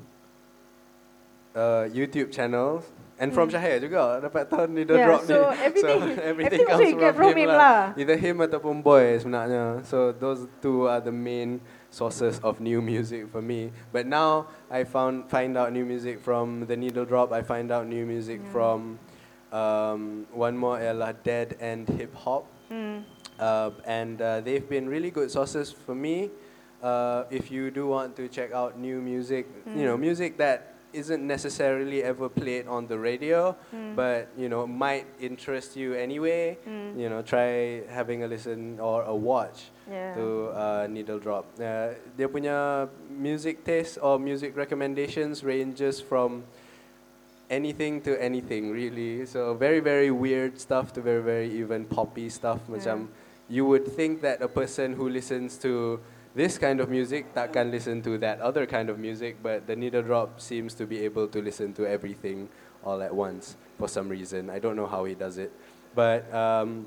uh, YouTube channels and from Syahir juga dapat tahu ni dah Hmm. Yeah, drop ni. *laughs* so everything- so everything everything also comes you get from from him him lah. lah. Either him ataupun boy sebenarnya. So those two are the main sources of new music for me. But now I found find out new music from The Needle Drop. I find out new music from um, one more ialah Dead and Hip Hop. Mm. Uh, and uh, they've been really good sources for me. Uh, if you do want to check out new music, you know, music that isn't necessarily ever played on the radio, but you know, might interest you anyway. You know, try having a listen or a watch Yeah. to uh, Needle Drop. Uh, dia punya music taste or music recommendations ranges from anything to anything really. So very very weird stuff to very very even poppy stuff. Macam you would think that a person who listens to this kind of music takkan listen to that other kind of music, but the needle drop seems to be able to listen to everything all at once for some reason. I don't know how he does it, but um,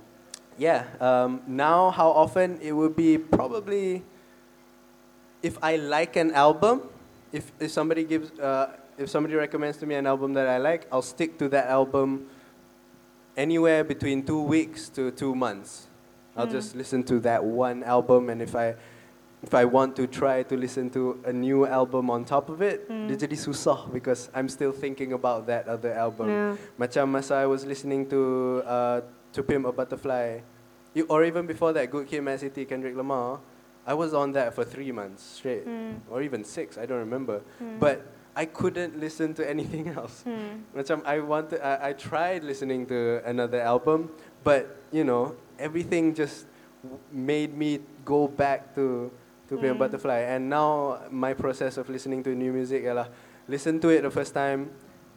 yeah. Um, now how often it would be probably if I like an album, if, if somebody gives, uh, if somebody recommends to me an album that I like, I'll stick to that album anywhere between two weeks to two months. I'll just listen to that one album, and if I, if I want to try to listen to a new album on top of it, dia jadi susah because I'm still thinking about that other album. Yeah. Macam masa I was listening to uh, To Pimp a Butterfly, you, or even before that, Good Kid, Mad City, Kendrick Lamar, I was on that for three months straight, or even six, I don't remember. But I couldn't listen to anything *laughs* else. Macam I wanted, I, I tried listening to another album, but you know, everything just w- made me go back to to be a butterfly. And now my process of listening to new music ialah listen to it the first time,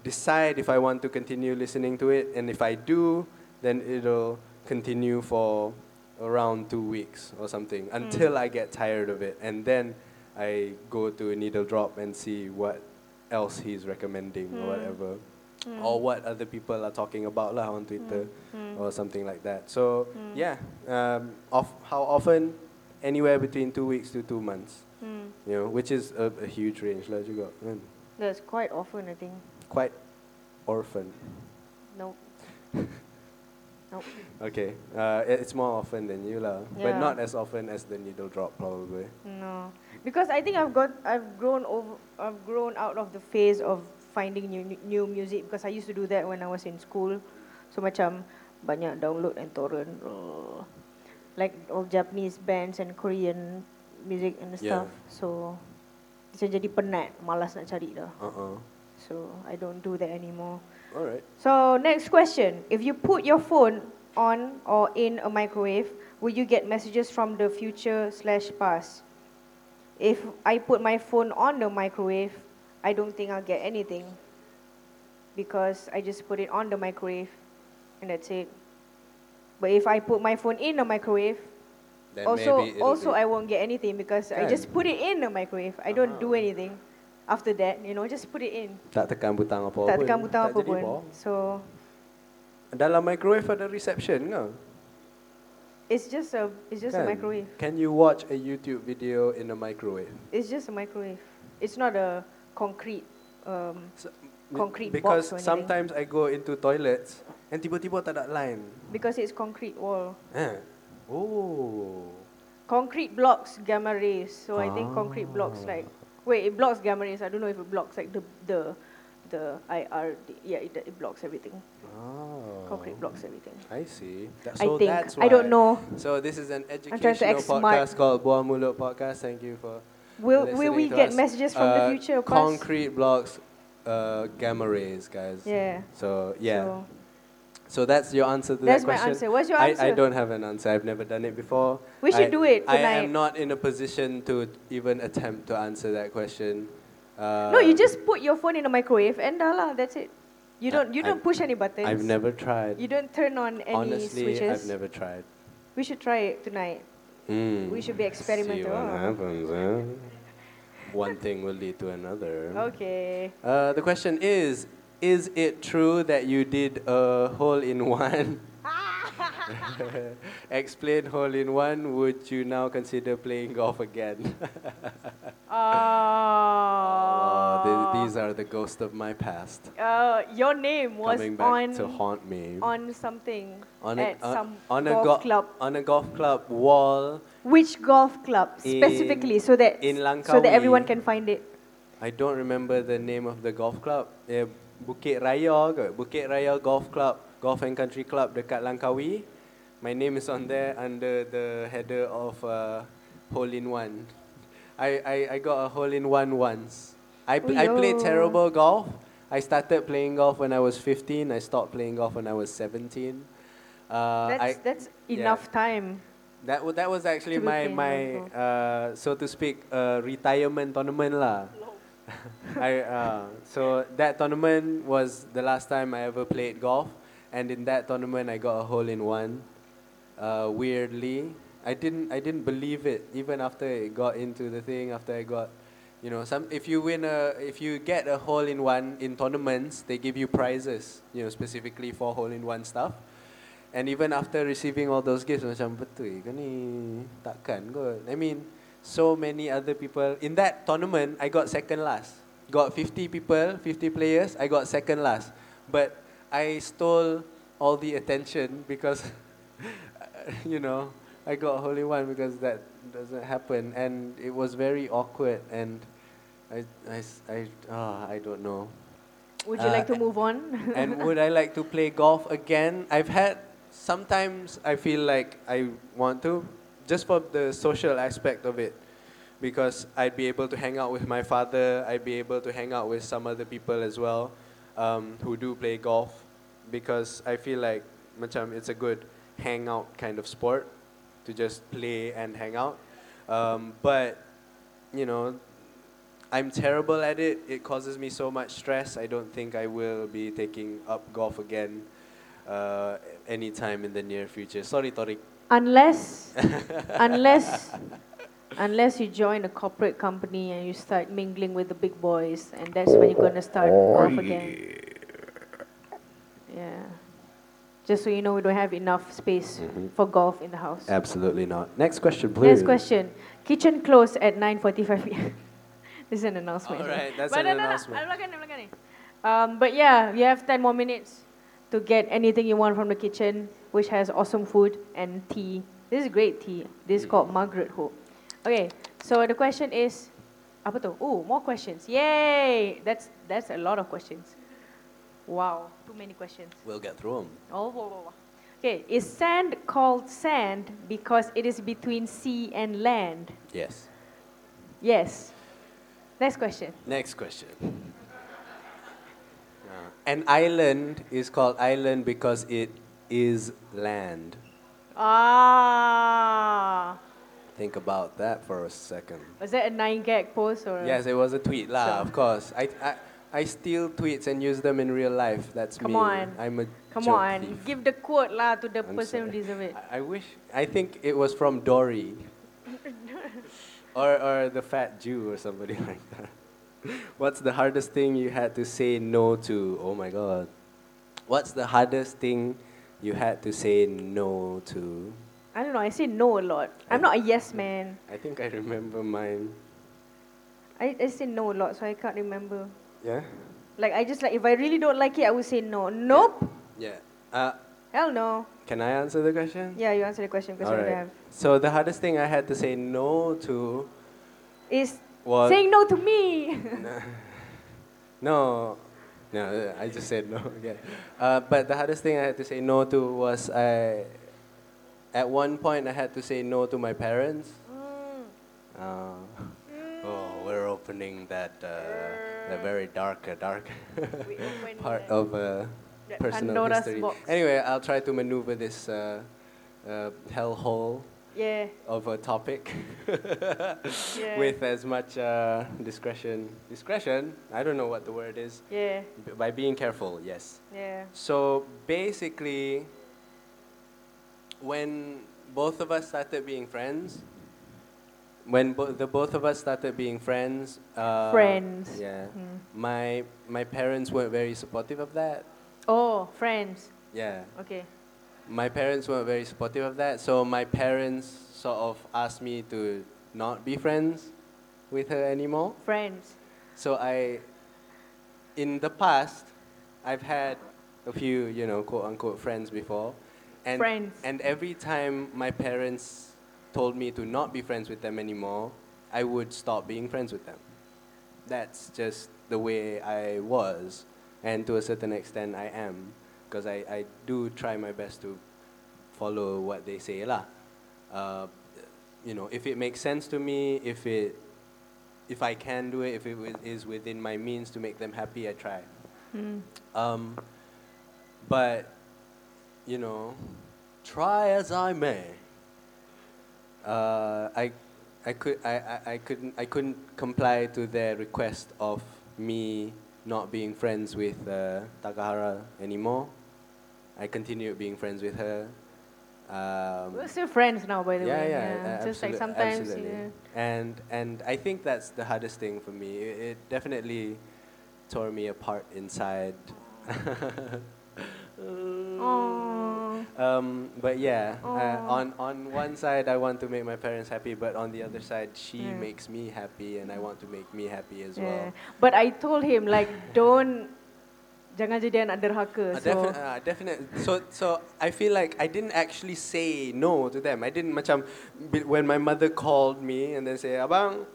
decide if I want to continue listening to it, and if I do, then it'll continue for around two weeks or something until I get tired of it, and then I go to a needle drop and see what else he's recommending or whatever, or what other people are talking about lah on Twitter or something like that. So yeah, um, of how often? Anywhere between two weeks to two months, Mm. you know, which is a, a huge range lah juga. kan. That's quite often, I think. Quite orphan. Nope. nope. Okay, uh, it- it's more often than you lah, but Yeah. not as often as the needle drop probably. No, because I think I've got I've grown over I've grown out of the phase of finding new new music because I used to do that when I was in school. So macam banyak download and torrent uh, like all Japanese bands and Korean music and Yeah. stuff. So macam jadi penat, malas nak cari dah. Uh uh So I don't do that anymore. All right. So next question: If you put your phone on or in a microwave, will you get messages from the future slash past? If I put my phone on the microwave, I don't think I'll get anything because I just put it on the microwave and that's it. But if I put my phone in the microwave, Then also maybe it'll also be- I won't get anything because I Kan? just put it in the microwave. I don't do anything after that. You know, just put it in. tak tekan butang apa Tak pun. tekan butang apa jadi pun. bawang. So Dalam microwave ada reception ke? It's just a it's just Kan? a microwave. Can you watch a YouTube video in a microwave? It's just a microwave. It's not a concrete um, So, Concrete because box or anything. sometimes I go into toilets and tiba-tiba tak ada line. because it's concrete wall. Eh. Oh. Concrete blocks gamma rays. So I think concrete blocks Ah. like wait, it blocks gamma rays. I don't know if it blocks like the the the IR yeah, it, it blocks everything. Oh. Concrete blocks everything. I see. That- I so think that's I don't why- know. So this is an to educational act smart. podcast called Buah Mulut Podcast. Thank you for Will listening will we to get us. messages from Uh, the future or past? Concrete blocks, uh, gamma rays, guys. Yeah. So yeah. So So that's your answer to that's that my question. answer. What's your I, answer? I don't have an answer. I've never done it before. We should I- do it I am tonight. not in a position to even attempt to answer that question. Uh, no, you just put your phone in the microwave and dah lah, that's it. You I- don't you I've- don't push any buttons. Uh, I've never tried. You don't turn on any Honestly, switches. I've never tried. We should try it tonight. Mm. We should be See experimental. what happens, eh? *laughs* huh? *laughs* One thing will lead to another. Okay. *laughs* Uh, the question *laughs* is: Is it true that you did a hole in one? Explain hole in one. Would you now consider playing golf *laughs* again? Oh. Oh, th- these are the ghosts of my past uh, your name was coming back on to haunt me. on something On at on- some on golf go- club. on a golf club wall. Which golf club In- specifically, so that in so that everyone Langkawi. can find it. I don't remember the name of the golf club. Eh, Bukit Raya ke? Bukit Raya Golf Club, Golf and Country Club dekat Langkawi. My name is on there under the header of uh, hole in one. I, I, I got a hole in one once. I, pl- I played Uyo. terrible golf. I started playing golf when I was 15. I stopped playing golf when I was 17. Uh, That's I, that's yeah. enough time. That wa- that was actually To be my playing my golf. uh, so to speak uh, retirement tournament lah. *laughs* I uh, so that tournament was the last time I ever played golf, and in that tournament I got a hole in one. Uh, weirdly, I didn't I didn't believe it even after it got into the thing after I got, you know some if you win a if you get a hole in one in tournaments they give you prizes you know specifically for hole in one stuff. And even after receiving all those gifts, macam betul ke ni? Takkan kot. I mean, so many other people. In that tournament, I got second last. Got 50 people, 50 players. I got second last. But I stole all the attention because, *laughs* you know, I got holy one because that doesn't happen. And it was very awkward. And I, I, s- I, ah, I don't know Would you Uh, like to move on? *laughs* and would I like to play golf again? I've had sometimes I feel like I want to just for the social aspect of it because I'd be able to hang out with my father, I'd be able to hang out with some other people as well um, who do play golf because I feel like macam it's a good hangout kind of sport to just play and hang out. Um, but you know, I'm terrible at it. It causes me so much stress. I don't think I will be taking up golf again uh, anytime in the near future. Sorry, Tariq. unless unless unless you join a corporate company and you start mingling with the big boys and that's when you're going to start off again yeah just so you know we don't have enough space for golf in the house Absolutely not. Next question, please. next question kitchen closed at 9.45 p.m *laughs* this is an announcement Alright, that's but an no, no, no, announcement. I'm not gonna- I'm not gonna. Um, but yeah you have 10 more minutes to get anything you want from the kitchen which has awesome food and tea this is great tea Mm. this is called margaret hope okay so the question is apa tu? oh more questions yay that's that's a lot of questions wow too many questions We'll get through them. Oh, whoa, whoa, whoa. Okay, is sand called sand because it is between sea and land? Yes. Yes. Next question. Next question. *laughs* Uh, an island is called island because it is land. Ah, Think about that for a second. was that a nine gag post or? Yes, it was a tweet lah. Of course, I, I I steal tweets and use them in real life. That's Come me. on. I'm a Come joke on, thief. give the quote lah to the I'm person who sorry. deserves it. I, I wish. I think it was from *laughs* Dory. or or the fat Jew or somebody *laughs* like that. What's the hardest thing you had to say no to? Oh my God. What's the hardest thing you had to say no to? I don't know. I say no a lot. I'm not a yes man. I think I remember mine. I, I say no a lot, so I can't remember. Yeah. Like I just like if I really don't like it, I would say no. Nope. Yeah. Uh, Hell no. can I answer the question? Yeah, you answer the question because I don't Alright. have. So the hardest thing I had to say no to Is was saying no to me. *laughs* no, no. I just said no. *laughs* Yeah. Uh, but the hardest thing I had to say no to was I. At one point, I had to say no to my parents. Mm. Uh, *laughs* oh, we're opening that uh, the very dark, uh, dark *laughs* We open part the- of uh, That personal Pandora's history. box. Anyway, I'll try to maneuver this uh, uh, hellhole Yeah, of a topic. *laughs* yeah, with as much uh, discretion. Discretion? I don't know what the word is. yeah, B- by being careful, yes. yeah. So basically, when both of us started being friends, when bo- the both of us started being friends, uh, Friends. Yeah. Mm. My my parents weren't very supportive of that. Oh, friends. Yeah. Okay. my parents weren't very supportive of that, so my parents sort of asked me to not be friends with her anymore. Friends. So I, in the past, I've had a few, you know, quote unquote friends before, and Friends. and every time my parents told me to not be friends with them anymore, I would stop being friends with them. That's just the way I was, and to a certain extent, I am, because I, I do try my best to follow what they say lah. Uh, you know, if it makes sense to me, if it if I can do it, if it wi- is within my means to make them happy, I try. Hmm. Um, but, you know, try as I may, uh, I, I, could, I, I, I, couldn't, I couldn't comply to their request of me not being friends with uh, Takahara anymore. I continued being friends with her. Um, We're still friends now, by the yeah, way. yeah, a- Just like absolute- sometimes. absolutely. Yeah. And and I think that's the hardest thing for me. It, it definitely tore me apart inside. *laughs* Mm. Aw. um, but yeah, uh, Aw. on on one side I want to make my parents happy, but on the other side she Yeah. makes me happy, and I want to make me happy as Yeah. well. But I told him like don't jangan jadi anak derhaka. Uh, so defi- uh, definite- So, so I feel like I didn't actually say no to them. I didn't macam b- when my mother called me and then say, "Abang,"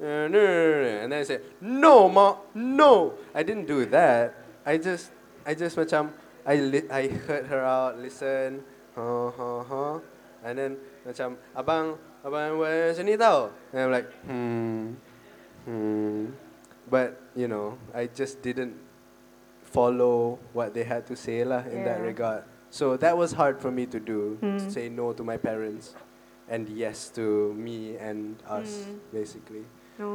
uh, no, no, no, no," and then I say, "No, ma, no." I didn't do that. I just, I just macam I li- I heard her out, listen, huh, huh, huh, and then macam abang, abang macam ni tau, and I'm like, hmm, hmm, but you know, I just didn't follow what they had to say lah in that Yeah. regard. So that was hard for me to do, to Mm. say no to my parents and yes to me and us, Mm. basically. no.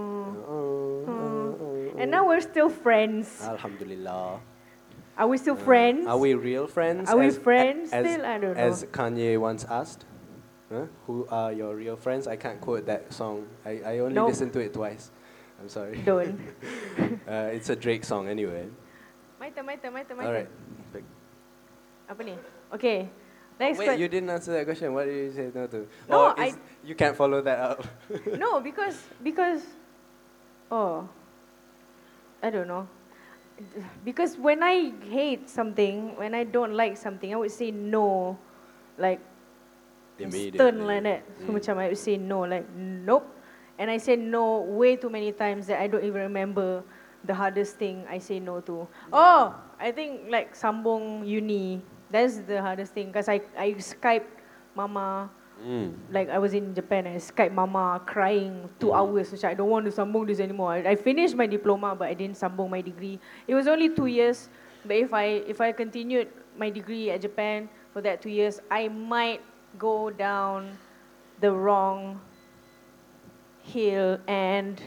Oh, oh, oh, And oh. now we're still friends. Alhamdulillah. Are we still Uh, friends? Are we real friends? Are we As- friends as- still? I don't know. As Kanye once asked, huh? who are your real friends? I can't quote that song. I, I only Nope. listened to it twice. I'm sorry. *laughs* Don't. Uh, it's a Drake song anyway. My turn, my turn, my turn, Oh my All right. turn. Apa ni? Okay. Next Wait, que- you didn't answer that question. What did you say no to? No, or is, I- you can't follow that *laughs* up. No, because because oh I don't know. Because when I hate something, when I don't like something, I would say no. Like stern like that. So Hmm. macam I would say no, like nope. And I say no way too many times that I don't even remember the hardest thing I say no to. Oh, I think like sambung uni. That's the hardest thing because I I Skype mama Mm. like I was in Japan and I Skype mama crying two hours which I don't want to sambung this anymore. I, I finished my diploma but I didn't sambung my degree. It was only two years, but if I if I continued my degree at Japan for that two years, I might go down the wrong hill and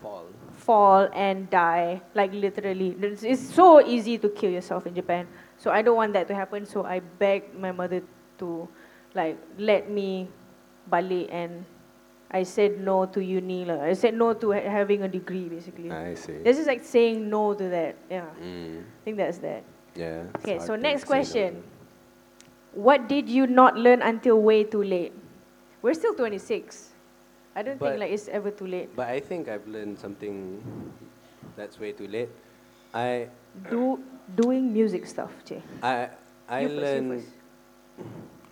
Fall. fall and die like literally it's, it's so easy to kill yourself in japan so i don't want that to happen so i begged my mother to like let me bali and i said no to uni lah. i said no to ha- having a degree basically I see. this is like saying no to that yeah Mm. i think that's that Yeah. it's Okay, hard so to next say no question. what did you not learn until way too late we're still 26 i don't But- think like it's ever too late to. But I think I've learned something that's way too late. I do doing music stuff Jay. I I You first, you learned. first.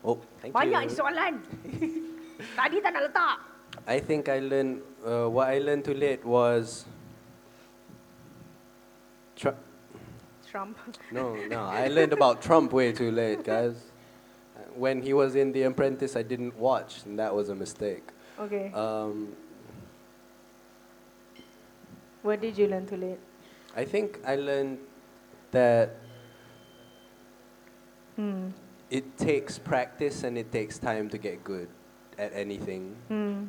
Oh, thank you. Banyak *laughs* soalan. Tadi tak nak letak. I think I learned uh, what I learned too late was. Tr- Trump. No, no. I learned about Trump way too late, guys. Uh, When he was in The Apprentice, I didn't watch, and that was a mistake. Okay. Um, what did you learn too late? I think I learned that Hmm. it takes practice and it takes time to get good at anything. Hmm.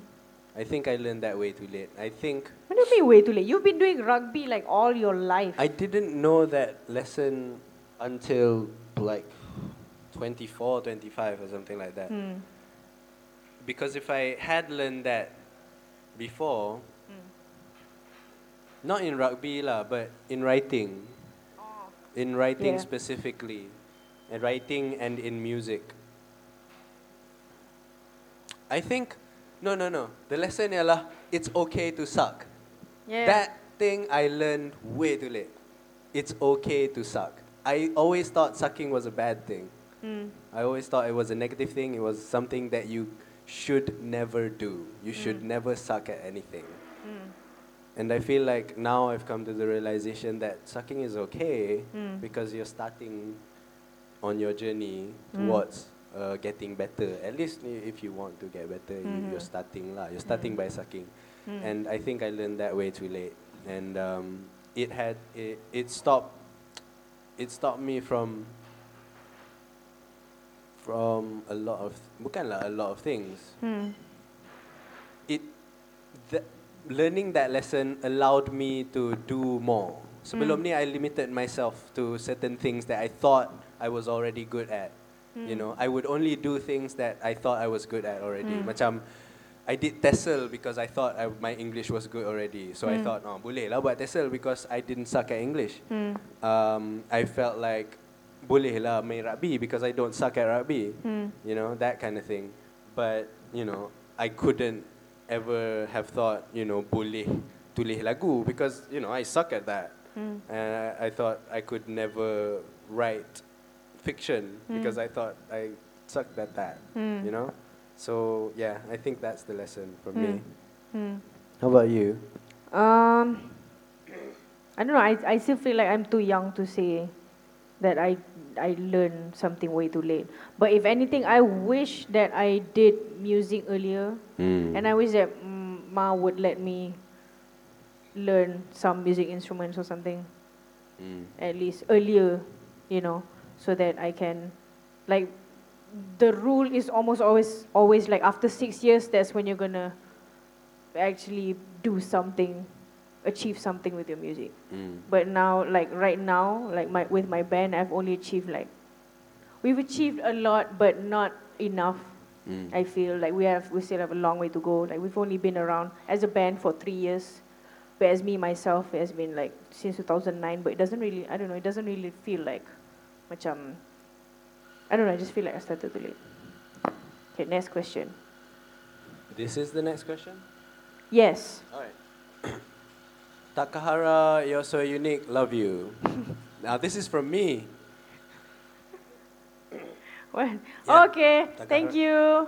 I think I learned that way too late. I think What do you mean way too late? You've been doing rugby like all your life. I didn't know that lesson until like 24, 25 or something like that. hmm. Because if I had learned that before, Hmm. not in rugby lah, but in writing, in writing Oh. Yeah. specifically, in writing and in music, I think, no, no, no. The lesson ialah it's okay to suck. Yeah. That thing I learned way too late. It's okay to suck. I always thought sucking was a bad thing. I always thought it was a negative thing. It was something that you should never do. You should never suck at anything. And I feel like now I've come to the realization that sucking is okay because you're starting on your journey towards uh, getting better. At least i- if you want to get better, you, you're starting lah. You're starting by sucking, and I think I learned that way too late. And um, it had it, it stopped it stopped me from from a lot of bukanlah a lot of things. Hmm. It th- learning that lesson allowed me to do more. Sebelum ni I limited myself to certain things that I thought I was already good at. You know, I would only do things that I thought I was good at already. Macam I did TESOL because I thought I, my English was good already. So I thought, oh, boleh lah buat TESOL because I didn't suck at English. Um, I felt like boleh lah main rugby because I don't suck at rugby. You know, that kind of thing. But, you know, I couldn't ever have thought, you know, boleh tulis lagu because, you know, I suck at that. Hmm. And I, I thought I could never write fiction Hmm. because I thought I sucked at that, you know? So, yeah, I think that's the lesson for Hmm. me. How about you? Um, I don't know. I, I still feel like I'm too young to say that I I learned something way too late. But if anything, I wish that I did music earlier, and I wish that mm, Ma would let me learn some music instruments or something at least earlier, you know, so that I can like the rule is almost always always like after six years that's when you're gonna actually do something, achieve something with your music. But now, like right now, like my with my band, I've only achieved like we've achieved a lot, but not enough. I feel like we have we still have a long way to go. Like we've only been around as a band for three years, but as me myself, it has been like since 2009. But it doesn't really, I don't know, it doesn't really feel like much. Um, I don't know. I just feel like I started too late. Okay, next question. This is the next question? Yes. Alright. *coughs* Takahara, you're so unique. Love *laughs* you. now, this is from me. What? Yeah. Okay. Taka- Thank you.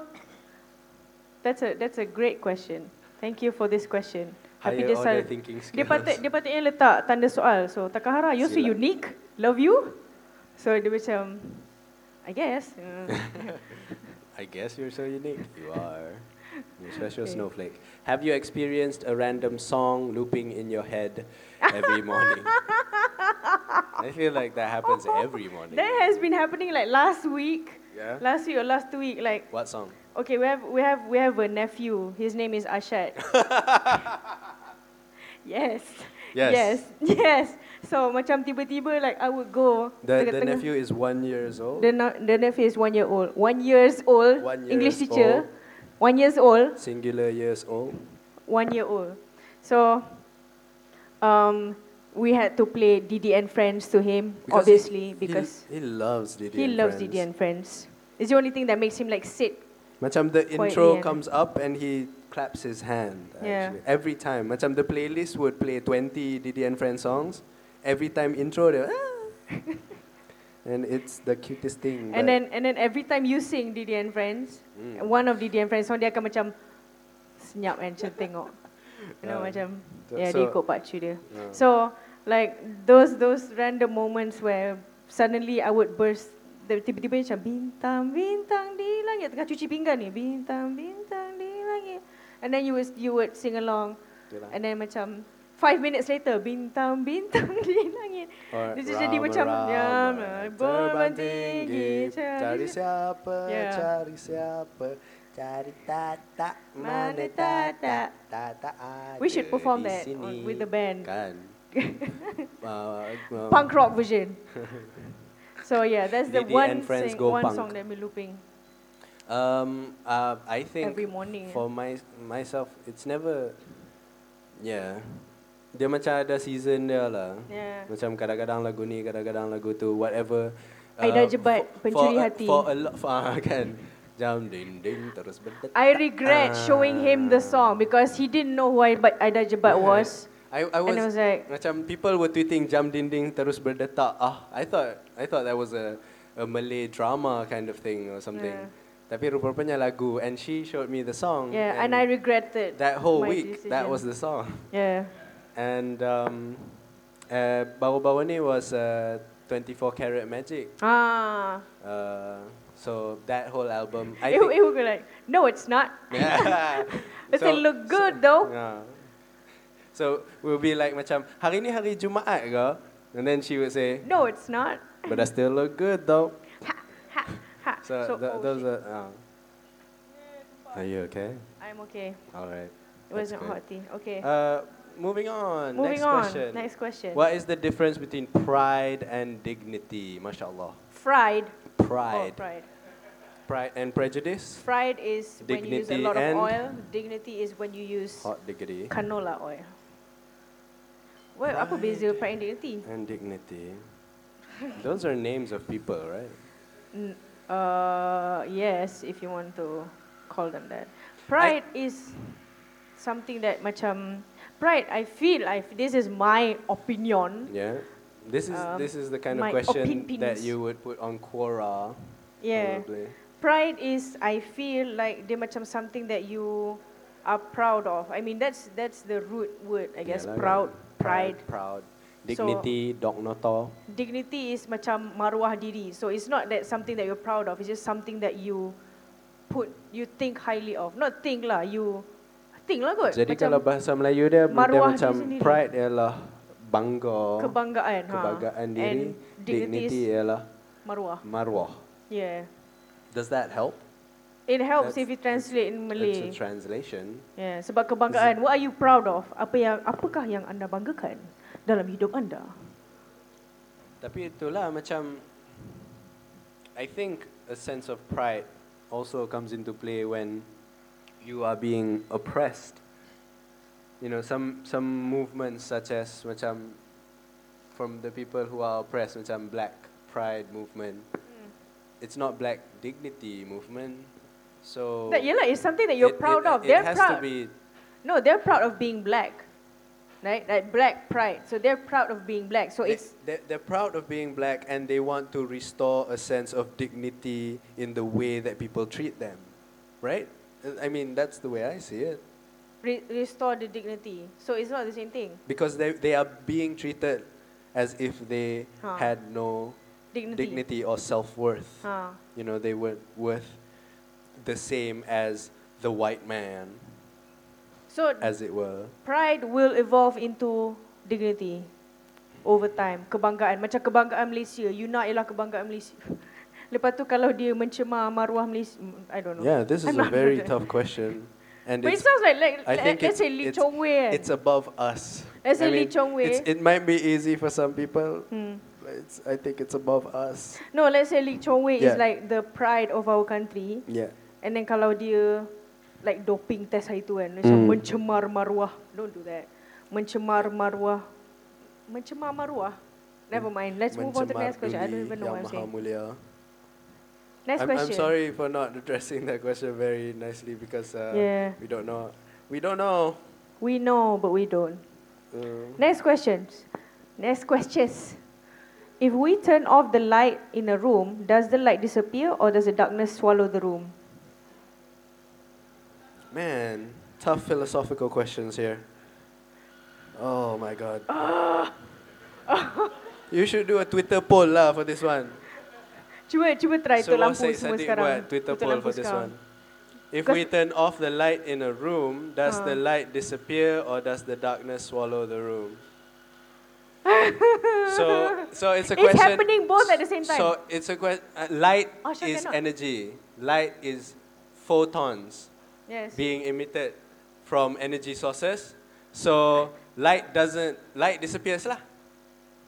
That's a that's a great question. Thank you for this question. Higher dia order sal- thinking Dia skills. patut dia patutnya letak tanda soal. So Takahara, you're so Silap. unique. Love you. So dia macam I guess. *laughs* Uh, I guess you're so unique. You are. You're a special Okay. snowflake. Have you experienced a random song looping in your head every *laughs* morning? I feel like that happens every morning. that has been happening like last week. Yeah? Last week or last two week like What song? Okay, we have we have we have a nephew. His name is *laughs* Ashad. yes. Yes. Yes. *laughs* Yes. So macam tiba-tiba like I would go. The, the tengah-tengah- nephew is one years old. The, na- the nephew is one year old. One years old. One English years teacher. old. One years old. Singular years old. One year old. So, um, we had to play DD and Friends to him, he- obviously, he- because he, loves Didi. he and loves Friends. DD and Friends. It's the only thing that makes him like sit Macam the Quietly intro and- comes up and he claps his hand. Yeah. Actually. Every time. Macam the playlist would play 20 Didi and Friends songs. Every time intro, they ah. *laughs* And it's the cutest thing. And but- then and then every time you sing Didi and Friends, Mm. one of Didi and Friends, so dia akan macam senyap and macam *laughs* tengok. You know Ah. macam, So- yeah, dia so- ikut pacu dia. Ah. So, like those those random moments where suddenly I would burst, the- tiba-tiba macam bintang, bintang di langit. Tengah cuci pinggan ni, bintang, bintang di langit. And then you would, you would sing along. Itulah. And then macam, five minutes later, bintang, bintang *laughs* di langit. Or Dia jadi rama, macam rama, ya, terbang terbang tinggi tinggi, Cari cari siapa, Ya. cari siapa Cari tata, mana Mana tata tatak? Tata ada We should perform di that sini. with the band. *laughs* Kan uh, uh, punk rock *laughs* version. so yeah, that's the Didi one and Friends sing, go one punk. song that we looping. Um, uh, I think Every morning, for my myself, it's never. Yeah, dia macam ada season dia lah. Yeah. Macam kadang-kadang lagu ni, kadang-kadang lagu tu, whatever. Um, Aida Jebat, for- Pencuri for *laughs* a- Hati. For a lot, for, ah, kan. down, dinding, terus bentek. I regret Ah. showing him the song because he didn't know who I, but Ida Jebat was. I, I was, and I was like- macam people were tweeting jam dinding terus berdetak. Ah, I thought I thought that was a a Malay drama kind of thing or something. Yeah. Tapi rupanya lagu and she showed me the song. Yeah, and, I regretted that whole my week that decision. was the song. Yeah. And um uh, bawa-bawa ni was uh, 24 karat magic. Ah. Uh, so that whole album I *laughs* It, think it would be like, no, it's not. *laughs* *laughs* Yeah. Does it look good though? Yeah. So we'll be like macam hari ni hari Jumaat ke? And then she would say, No, it's not. but I still look good though. Ha. So, So, th- oh, those shit. are. Uh, are you okay? I'm okay. All right. It wasn't That's hot tea. Okay. good. Uh, moving on. Moving next on. question. Next question. What is the difference between pride and dignity? MashaAllah. Fried. Pride. Oh, fried. Pride and prejudice. Fried is when you use a Dignity lot of and- oil. Dignity is when you use Hot degree. canola oil. Well, apa beza pride and dignity? And *laughs* dignity. Those are names of people, right? N- Uh, yes, if you want to call them that. Pride is something that macam pride. I feel I f- this is my opinion. Yeah. This is Um, this is the kind of my question that opinions. you would put on Quora. Yeah. Probably. Pride is I feel like dia macam something that you are proud of. I mean that's that's the root word I guess. Yalah, proud, kan? pride. proud. So- Dignity, dog noto. Dignity is macam maruah diri. So it's not that something that you're proud of. It's just something that you put you think highly of. Not think lah, you think lah kot. Jadi Macam- kalau bahasa Melayu dia, dia maruah dia macam sendiri. pride ialah bangga, kebanggaan ha. kebanggaan diri, and dignity dignity is ialah maruah maruah. yeah Does that help? it helps That's- if you translate in Malay It's a translation. yeah sebab kebanggaan what are you proud of apa yang apakah yang anda banggakan dalam hidup anda Tapi itulah macam I think a sense of pride also comes into play when you are being oppressed. You know, some some movements such as macam from the people who are oppressed, macam Black Pride movement. Hmm. It's not Black Dignity movement. So that yelah it's something that you're Oh. it- proud it, of It they're has proud to be no they're proud of being black right like black pride so they're proud of being black so they, it's they're, they're proud of being black and they want to restore a sense of dignity in the way that people treat them, right? Uh, I mean, that's the way I see it. re- restore the dignity so it's not the same thing Because they, they are being treated as if they Huh. had no dignity, dignity or self worth. ha You know, they were worth the same as the white man, so as it were. pride will evolve into dignity over time. Kebanggaan. Macam kebanggaan Malaysia. You nak ialah kebanggaan Malaysia. *laughs* Lepas tu kalau dia mencemar maruah Malaysia, mm, I don't know. Yeah, this is I'm a not very *laughs* good. tough question. And But it it's sounds like, like I think let's it's, say Lee it's, Chong Wei. eh. it's above us. Let's I say Lee mean, Chong Wei. it's- It might be easy for some people. Hmm. but It's, I think it's above us. No, let's say Lee Chong Wei Yeah. is like the pride of our country. Yeah. And then kalau dia like doping test hari tu kan, macam Mm. mencemar maruah. Don't do that. Mencemar maruah. Mencemar maruah. Never mind. Let's move on to the next question. I don't even know what I'm saying. Next I'm, I'm question. sorry for not addressing that question very nicely because uh, Yeah. we don't know. We don't know. We know, but we don't. Uh, Next questions. Next questions. If we turn off the light in a room, does the light disappear or does the darkness swallow the room? man, tough philosophical questions here. Oh my god. Ah. *laughs* you should do a Twitter poll lah for this one. Cuba cuba try so tutup what lampu say semua Sadiq sekarang. buat Twitter Tutup poll lampu for this sekarang. one? If Because- we turn off the light in a room, does Ah. the light disappear or does the darkness swallow the *laughs* room? so, so it's a It's question. happening both at the same time. So it's a question. Uh, light Oh, sure, is cannot. energy. Light is photons Yes. being emitted from energy sources. So light doesn't light disappears lah.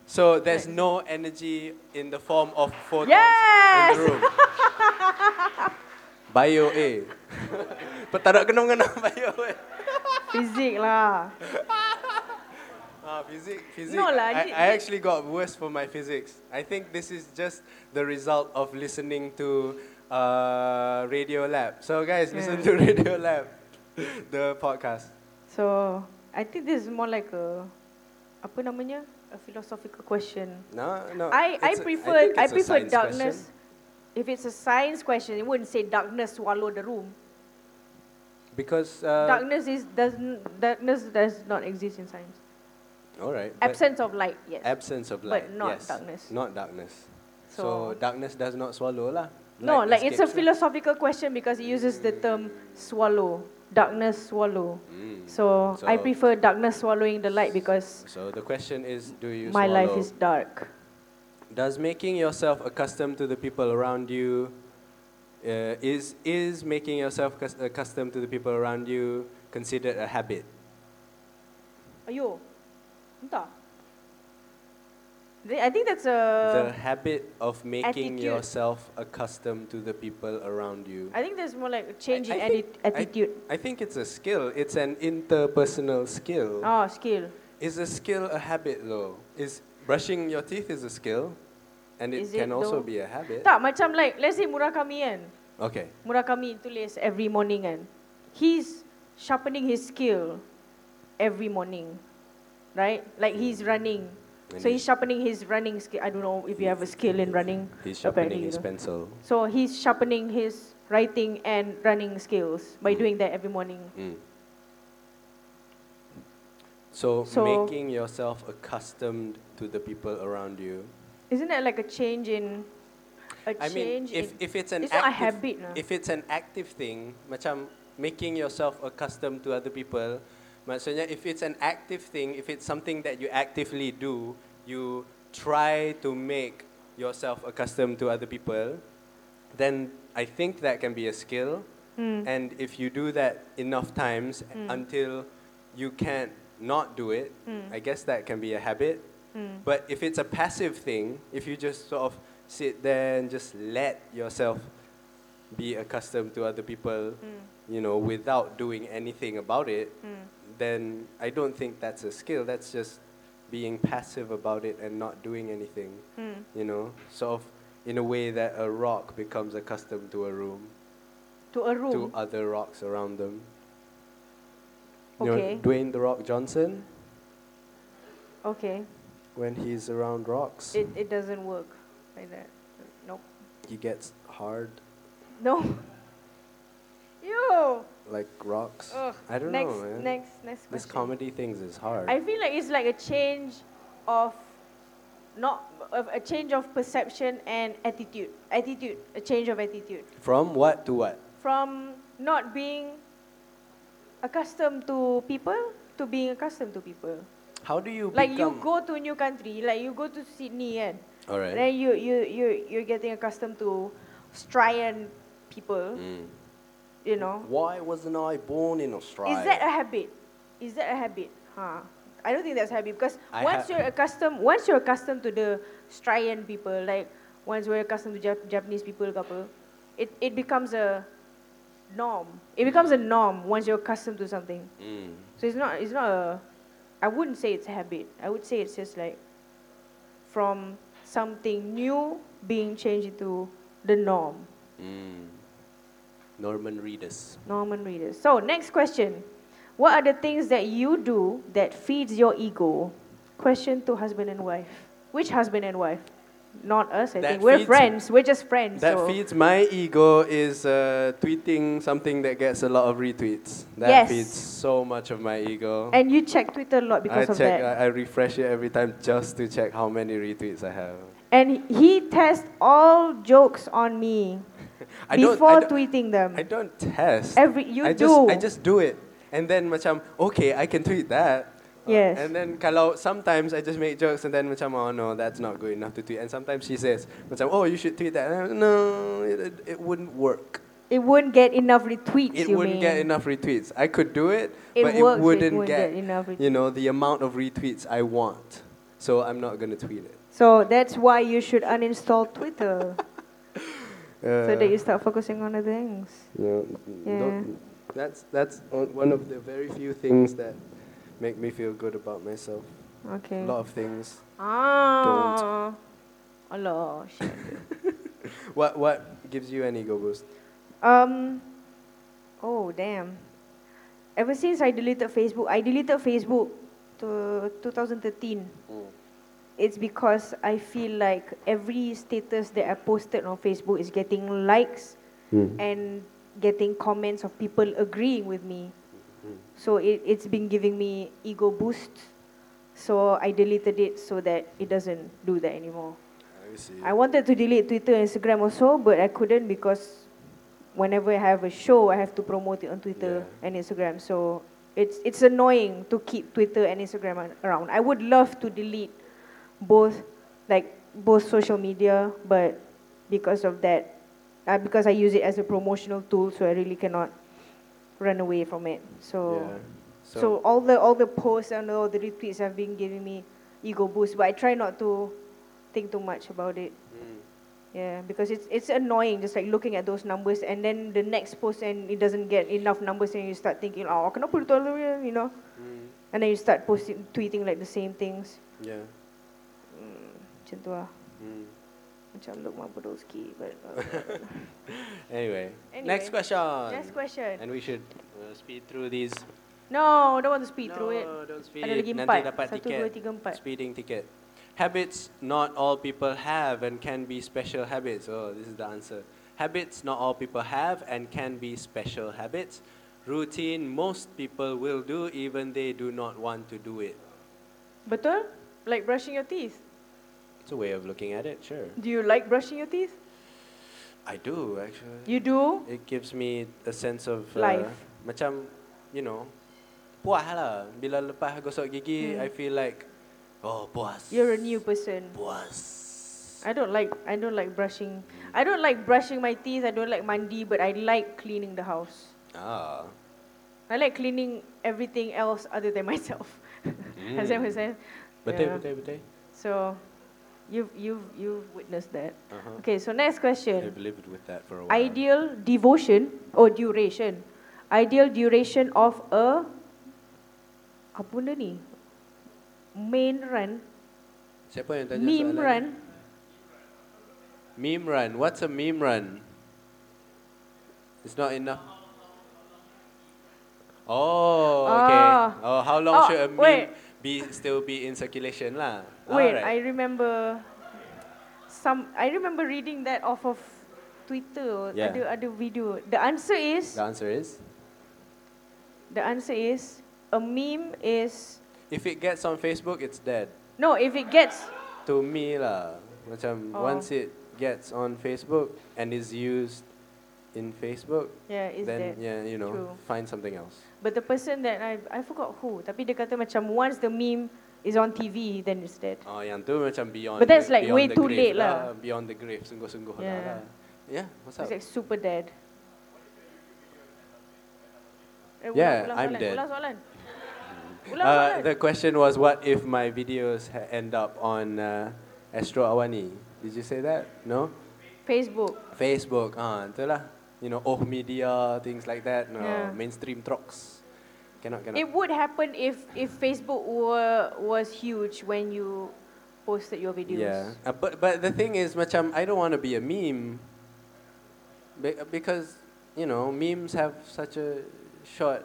So there's no energy in the form of photons Yes! in *laughs* the room. Bio A. *laughs* Petarak kena kena *laughs* bio A. Fizik lah. Ah, physics, physics. No lah, I, di- I di- actually got worse for my physics. I think this is just the result of listening to uh, Radio Lab. So guys, listen to *laughs* Radio Lab, the podcast. So I think this is more like a apa namanya a philosophical question. No, no. I, I it's a- prefer think I, it's a prefer science question. darkness. If it's a science question, it wouldn't say darkness swallow the room. because uh, darkness is doesn't darkness does not exist in science. all right. but Absence of light, yes. absence of but light. not yes. darkness. Not darkness. So, So- darkness does not swallow lah. no, Light like it's a escapes it. philosophical question because it uses the term swallow, darkness swallow. Mm. So, I So- prefer darkness swallowing the light because So the question is, do you my swallow? life is dark. Does making yourself accustomed to the people around you uh, is is making yourself cus- uh, accustomed to the people around you considered a habit? Ayo, entah. Th- I think that's the a. habit of making Uh, attitude. yourself accustomed to the people around you. I think there's more like a change I- in I atti- think- I- attitude. I think it's a skill. It's an interpersonal skill. Ah, skill. Is a skill a habit though? Is brushing your teeth is a skill, and it Is it can also though? be a habit. Tak macam like let's say Murakami kan. Okay. Murakami tulis every morning kan. He's sharpening his skill every morning. Right? Like he's Hmm. running. And so he- he's sharpening his running skill. I don't know if you have a skill in running. He's apparently sharpening you his don't. pencil. So he's sharpening his writing and running skills Hmm. by doing that every morning. Mm. So, So- making yourself accustomed to the people around you. Isn't that like a change in a I mean, change if, in if it's an it's not a active, habit lah. if it's an active thing, macam making yourself accustomed to other people, maksudnya if it's an active thing, if it's something that you actively do, you try to make yourself accustomed to other people, then I think that can be a skill. And if you do that enough times until you can't not do it, I guess that can be a habit. But if it's a passive thing, if you just sort of sit there and just let yourself be accustomed to other people, you know, without doing anything about it, then I don't think that's a skill. That's just being passive about it and not doing anything, you know, sort of in a way that a rock becomes accustomed to a room, to a room? to other rocks around them. You Okay. know, Dwayne the Rock Johnson, okay. when he's around rocks, It, it doesn't work like that. Nope. he gets hard No. *laughs* Yo. like rocks. Ugh. I don't next, know, man. Next, next question. this comedy things is hard. I feel like it's like a change of not of a change of perception and attitude. Attitude, a change of attitude From what to what? from not being accustomed to people to being accustomed to people. How do you Like become? you go to a new country, like you go to Sydney and All right. then you you you you're getting accustomed to Australian people, Mm. you know. Why wasn't I born in Australia? Is that a habit? Is that a habit? Huh. I don't think that's habit because I ha- once you're accustomed, once you're accustomed to the Australian people, like once we're accustomed to Jap- Japanese people, couple, it it becomes a norm. It becomes a norm once you're accustomed to something. mm. So it's not it's not a. I wouldn't say it's a habit. I would say it's just like from something new being changed into the norm. Mm. Norman Reedus. Norman readers. So next question. What are the things that you do that feeds your ego? Question to husband and wife. Which husband and wife? Not us, I That think. We're feeds- friends. We're just friends. That so. feeds my ego is uh, tweeting something that gets a lot of retweets. That Yes. feeds so much of my ego. and you check Twitter a lot I because of check. that. I, I refresh it every time just to check how many retweets I have. and he tests all jokes on me I don't- I before don't- tweeting them. I don't test. Every- you I Just, do. I just do it. And then macam, okay, I can tweet that. Uh, Yes. and then kalau sometimes I just make jokes and then macam, oh no, that's not good enough to tweet. And sometimes she says, macam, oh, you should tweet that. And I'm, no, it, it, it wouldn't work. it wouldn't get enough retweets. It you wouldn't mean. get enough retweets. I could do it, It but it works, it wouldn't, wouldn't get, get enough you know, the amount of retweets I want. So I'm not going to tweet it. So that's why you should uninstall Twitter Uh, so that you start focusing on the things. You know, don't- that's that's on- one of the very few things that make me feel good about myself. Okay. A lot of things. Ah. Allah, shit. What what gives you an ego boost? Um, oh damn. Ever since I deleted Facebook, I deleted Facebook to 2013. Oh, It's because I feel like every status that I posted on Facebook is getting likes and getting comments of people agreeing with me. So it, it's been giving me ego boost. So I deleted it so that it doesn't do that anymore. I see. I wanted to delete Twitter and Instagram also, but I couldn't because whenever I have a show, I have to promote it on Twitter Yeah. and Instagram. So it's it's annoying to keep Twitter and Instagram ar- around. I would love to delete both, like both social media, but because of that, uh, because I use it as a promotional tool, so I really cannot run away from it. So. yeah. So, all the all the posts and all the retweets have been giving me ego boost, but I try not to think too much about it. Mm, Yeah, because it's it's annoying just like looking at those numbers and then the next post and it doesn't get enough numbers and you start thinking, oh, can I put it all over you know? Mm, And then you start posting, tweeting like the same things. yeah. Mm, macam tu lah. Mm. Macam Lukman Podolski. But, uh, *laughs* Anyway. Anyway. Next question. next question. And we should uh, speed through these. No, don't want to speed through it. No, don't speed. Ada lagi Nanti empat. dapat Satu, tiket. dua, tiga, empat. Speeding ticket. Habits not all people have and can be special habits. Oh, this is the answer. Habits not all people have and can be special habits. Routine most people will do even they do not want to do it. Betul? Like brushing your teeth. It's a way of looking at it, sure. Do you like brushing your teeth? I do actually. You do? It gives me a sense of Life. Uh, macam, you know, puas lah. Bila lepas gosok gigi, Hmm. I feel like, oh puas. You're a new person. puas. I don't like I don't like brushing. I don't like brushing my teeth. I don't like mandi, but I like cleaning the house. Ah. I like cleaning everything else other than *laughs* myself. Has Mm. that make sense? Betul, Yeah. betul, betul. So, you've you've you've witnessed that. Uh-huh. Okay, so next I've question. lived with that for a while. Ideal devotion or duration? Ideal duration of a apa benda ni? Main run, Siapa yang tanya meme soalan run. ni? Meme run. What's a meme run? It's not enough. Oh, okay. Ah. Oh, how long Oh, should a meme wait. be still be in circulation lah? *laughs* Wait, Alright. I remember some. I remember reading that off of Twitter. Yeah. Ada ada video. The answer is The answer is the answer is a meme is if it gets on Facebook, it's dead. no. If it gets To me lah, macam Oh. once it gets on Facebook and is used in Facebook, yeah, is then that. yeah, you know, True. find something else. But the person that I I forgot who. Tapi dia kata macam once the meme is on TV, then it's dead. Oh, yang tu macam beyond. But that's the- like beyond way the too grave Ah, late lah. Beyond the grave, sungguh-sungguh Yeah. lah. Yeah, what's up? It's like super dead. Eh, ulang- Yeah, I'm ulang soalan, dead. *laughs* Ulang soalan. Ulang Uh, soalan. the question was, what if my videos ha- end up on uh, Astro Awani? Did you say that? No. Facebook. Facebook, ah, itulah. You know, oh media, things like that. No, Yeah. mainstream trucks. Cannot, cannot. It would happen if if Facebook were was huge when you posted your videos. Yeah, uh, but but the thing is, macam I don't want to be a meme. Be- because you know memes have such a short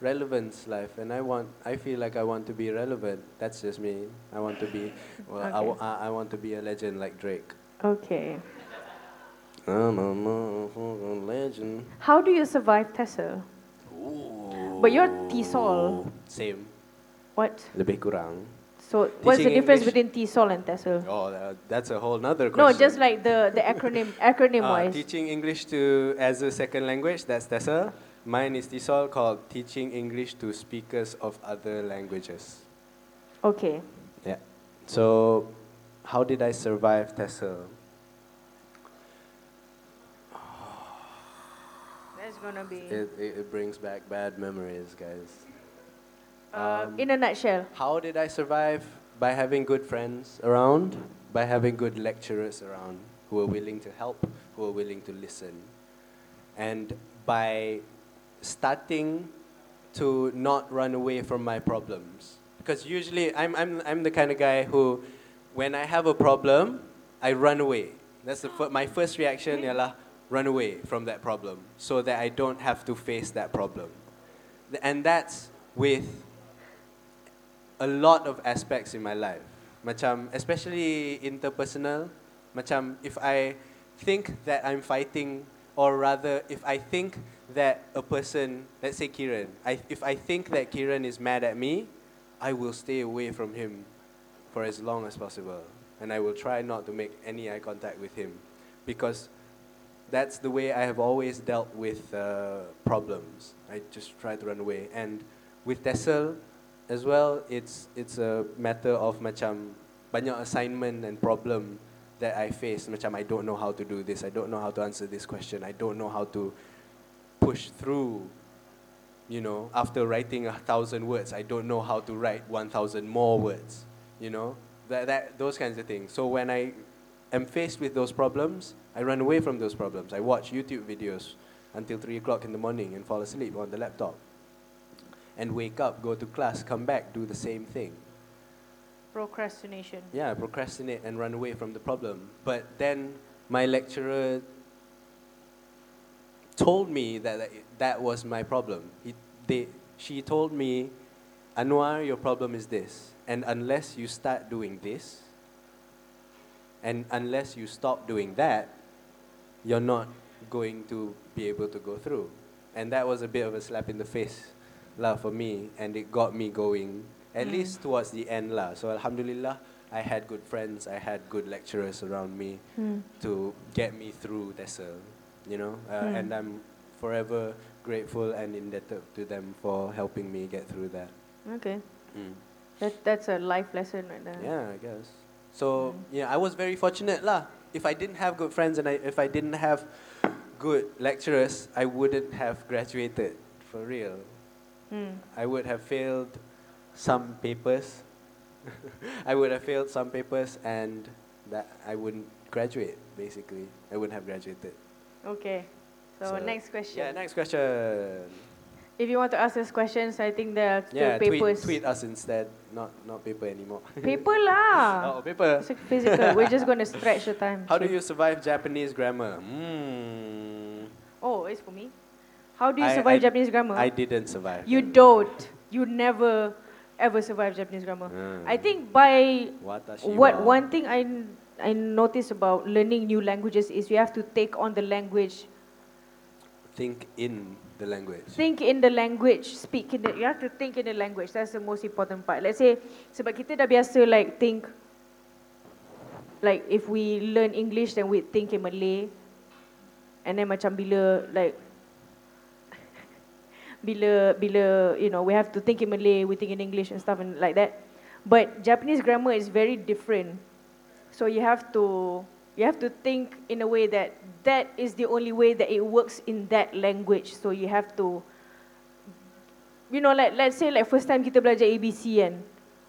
relevance life, and I want I feel like I want to be relevant. That's just me. I want to *laughs* be well. I, Okay. w- I I want to be a legend like Drake. Okay. I'm a motherfucking legend. How do you survive Tessa? But you're T-Sol. Same. What? Lebih kurang. So what's the Teaching difference English- between T-Sol and Tessa? Oh, that, that's a whole nother No, question. just like the the *laughs* acronym acronym Uh, wise. teaching English to as a second language, that's TESOL. Mine is TESOL called Teaching English to Speakers of Other Languages. Okay. Yeah. So, how did I survive TESOL? That's gonna be It, it, it brings back bad memories, guys. um, uh, in a nutshell. How did I survive? By having good friends around, by having good lecturers around who are willing to help, who are willing to listen. And by starting to not run away from my problems. Because usually I'm, I'm, I'm the kind of guy who, when I have a problem, I run away. That's the fir- my first reaction ialah run away from that problem so that I don't have to face that problem. Th- And that's with a lot of aspects in my life. Macam especially interpersonal, macam if I think that I'm fighting or rather if I think that a person, let's say Kiran, I, if I think that Kiran is mad at me, I will stay away from him for as long as possible and I will try not to make any eye contact with him because that's the way I have always dealt with uh, problems. I just try to run away. And with Tessel as well, it's it's a matter of macam banyak assignment and problem that I face. Macam I don't know how to do this. I don't know how to answer this question. I don't know how to push through. You know, after writing a thousand words, I don't know how to write one thousand more words. You know, that, that those kinds of things. So when I am faced with those problems, I run away from those problems. I watch YouTube videos until 3 o'clock in the morning and fall asleep on the laptop. And wake up, go to class, come back, do the same thing. Procrastination. Yeah, procrastinate and run away from the problem. But then my lecturer told me that that, that was my problem. He, they, she told me, Anwar, your problem is this. And unless you start doing this, and unless you stop doing that, you're not going to be able to go through. And that was a bit of a slap in the face lah for me, and it got me going at Mm. least towards the end lah. So alhamdulillah, I had good friends, I had good lecturers around me Hmm. to get me through TESOL, you know, uh, Mm. and I'm forever grateful and indebted to them for helping me get through that. Okay. Mm. That, that's a life lesson right there. Yeah, I guess. So yeah, I was very fortunate lah. If I didn't have good friends and I, if I didn't have good lecturers, I wouldn't have graduated for real. Mm. I would have failed some papers. *laughs* I would have failed some papers and that I wouldn't graduate basically. I wouldn't have graduated. Okay. So, So, next question. Yeah, next question. if you want to ask us questions, I think there are still yeah, tweet, papers. tweet us instead. Not not paper anymore. Paper lah. *laughs* oh, paper. It's like physical. We're just going to stretch the time. How do you survive Japanese grammar? Mm. Oh, it's for me. How do you I- survive I- Japanese grammar? I didn't survive. you don't. You never, ever survive Japanese grammar. Mm. I think by Watashi what wa- one thing I n- I notice about learning new languages is you have to take on the language, think in the language. think in the language, speak in the. You have to think in the language. That's the most important part. Let's say sebab kita dah biasa like think. Like if we learn English, then we think in Malay. And then macam bila like *laughs* bila bila you know we have to think in Malay, we think in English and stuff and like that. But Japanese grammar is very different. So you have to you have to think in a way that that is the only way that it works in that language. So you have to you know like let's say like first time kita belajar ABC kan.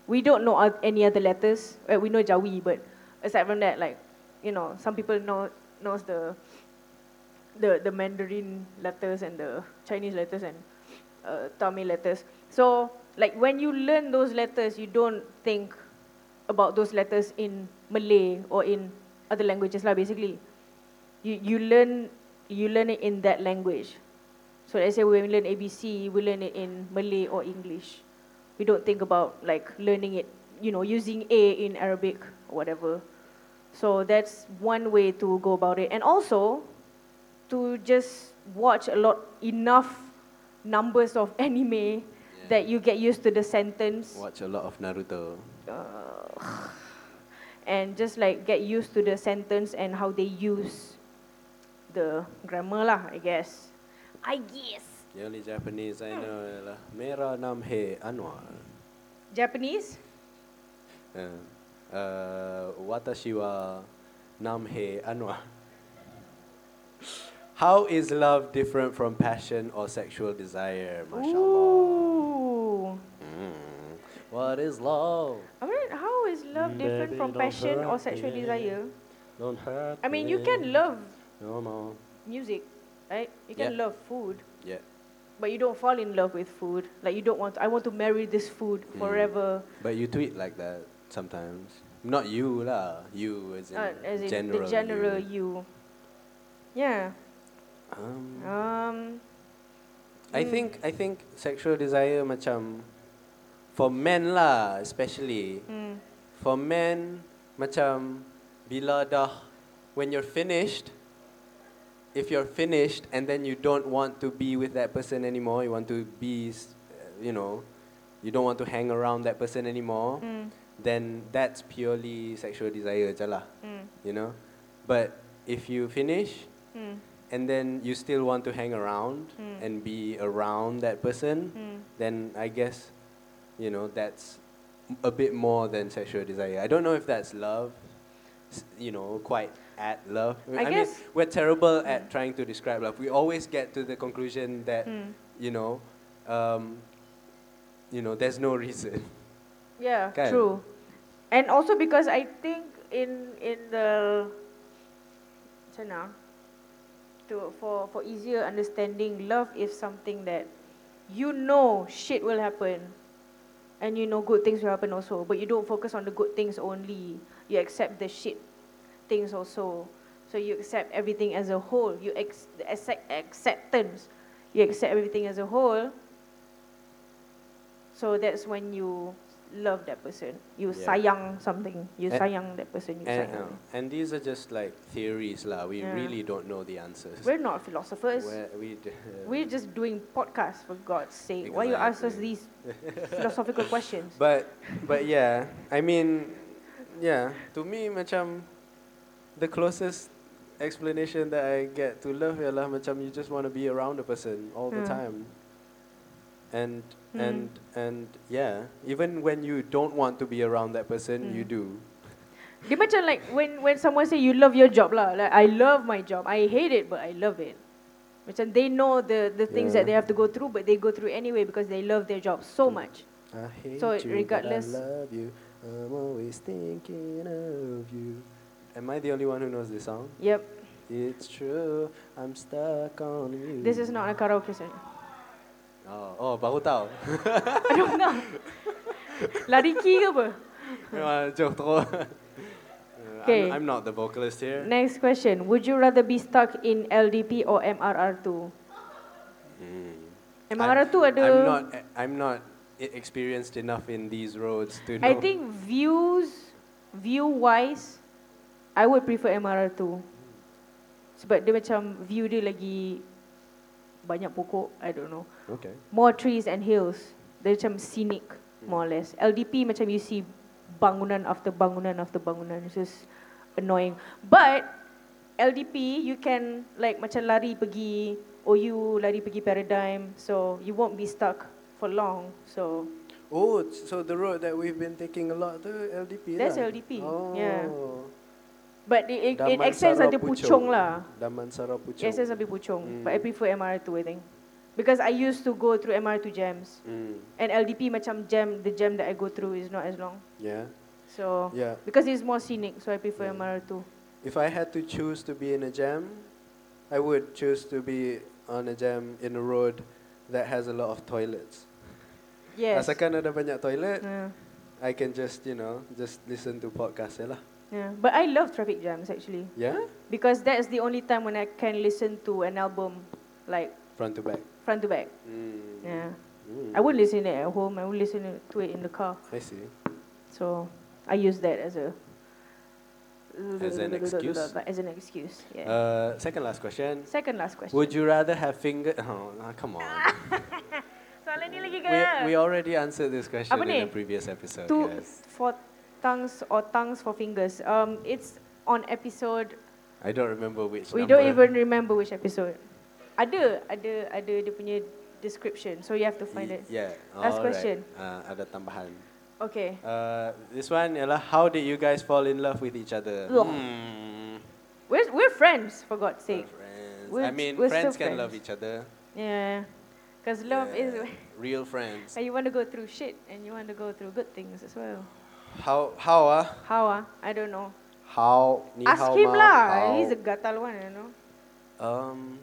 We don't know oth- any other letters. Uh, we know Jawi but aside from that like you know some people know knows the the the Mandarin letters and the Chinese letters and uh, Tamil letters. So like when you learn those letters, you don't think about those letters in Malay or in other languages lah. Basically, you you learn you learn it in that language. So let's say when we learn ABC, we learn it in Malay or English. We don't think about like learning it, you know, using A in Arabic or whatever. So that's one way to go about it. And also, to just watch a lot enough numbers of *laughs* anime that you get used to the sentence Watch a lot of Naruto. uh, and just like get used to the sentence and how they use the grammar lah I guess I guess The only Japanese I know ialah Mera Namhe Anwar. Japanese Uh, uh, watashi wa Namhe Anwar. How is love different from passion or sexual desire? MashaAllah. Ooh Mm. What is love? I mean how is love different Mm. Baby, from don't passion or hurt sexual me. desire Don't hurt I mean you me. can love No, no. music right you can Yeah. love food Yeah. but you don't fall in love with food. Like you don't want. I want to marry this food Mm. forever. But you tweet like that sometimes. Not you lah. You as in Uh, as in general. the general you. you. Yeah. Um, Um, I Mm. think I think sexual desire macam for men lah especially mm, for men macam bila dah when you're finished if you're finished and then you don't want to be with that person anymore you want to be s- uh, you know you don't want to hang around that person anymore mm, then that's purely sexual desire je lah mm, you know but if you finish mm, and then you still want to hang around Mm. and be around that person, mm. then I guess, you know, that's m- a bit more than sexual desire. I don't know if that's love, s- you know, quite at love. I guess- Hmm. mean, we're terrible at trying to describe love. We always get to the conclusion that, mm. you know, um, you know, there's no reason. *laughs* Yeah, Kan? true. And also because I think in in the macam mana to for for easier understanding, love is something that you know shit will happen. And you know good things will happen also, but you don't focus on the good things only. You accept the shit things also. So you accept everything as a whole. You ex- the accept acceptance. You accept everything as a whole. So that's when you love that person. You Yeah. sayang something. You And- sayang that person. You And, sayang. uh, and these are just like theories, lah. We Yeah. really don't know the answers. We're not philosophers. We're, We're- we d- *laughs* just doing podcasts for God's sake. Why you ask us Exactly. *laughs* these philosophical questions? But but yeah, I mean, yeah. To me, macam the closest explanation that I get to love ialah macam you just want to be around a person all the Yeah. time. And Mm. and and yeah, even when you don't want to be around that person, you Mm. do. Dia macam like when when someone say you love your job lah. Like I love my job. I hate it but I love it. Macam they know the the things that Yeah. they have to go through but they go through anyway because they love their job so Mm. much. I hate So you, but regardless- I love you. I'm always thinking of you. Am I the only one who knows this song? Yep. It's true. I'm stuck on you. This is Hmm. not a karaoke song. Oh, oh, baru *laughs* tahu. I don't know. *laughs* Lariki ke apa? Memang joke *laughs* teruk. Uh, Okay. I'm, I'm not the vocalist here. Next question. Would you rather be stuck in LDP or MRR2? MRR2 ada Hmm. I'm not. I'm not e- experienced enough in these roads to know. I think views view wise I would prefer MRR2. Sebab dia macam view dia lagi banyak pokok, I don't know. Okay. More trees and hills. Dia macam scenic more or less. LDP macam you see bangunan after bangunan after bangunan. It's just annoying. But LDP you can like macam lari pergi OU, lari pergi Paradigm. So you won't be stuck for long. So Oh, it's- so the road that we've been taking a lot tu LDP That's lah. LDP, Oh. yeah. but it, it, it Damansara extends until Puchong lah. Damansara Puchong. Yes, it's a bit puchong, but I Mm. prefer MR2 I think. Because I used to go through MR2 jams. Mm. And LDP macam jam, the jam that I go through is not as long. Yeah. So, Yeah. because it's more scenic, so I prefer Mm. MR2. If I had to choose to be in a jam, I would choose to be on a jam in a road that has a lot of toilets. Yes. Asalkan ada banyak toilet, yeah. I can just, you know, just listen to podcast je lah. yeah. But I love traffic jams actually. Yeah? Because that's the only time when I can listen to an album like Front to back. front to back. Mm. Yeah. Mm. I would listen it at home, I would listen it- to it in the car. I see. So, I use that as a As an excuse? *laughs* As an excuse, yeah. Uh, second last question. Second last question. Would you rather have finger... *laughs* Oh, ah, come on. Soalan ni lagi ke? we, we already answered this question Apa ni? in the previous episode, Two guys. for tongues or tongues for fingers. Um, it's on episode. I don't remember which We number. don't even remember which episode. Ada, ada, ada dia punya description. So you have to find Y- it. Yeah. Last alright. question. Uh, ada tambahan. Okay. Uh, this one ialah how did you guys fall in love with each other? Ugh. Hmm. We're we're friends for God's We're sake. friends. We're- I mean, we're friends still can love friends. each other. Yeah. Cause love is *laughs* Yeah, real friends. and you want to go through shit and you want to go through good things as well. How how ah? How ah? I don't know. How ni Ask hao him ma, lah. how. He's a gatal one, you know. um.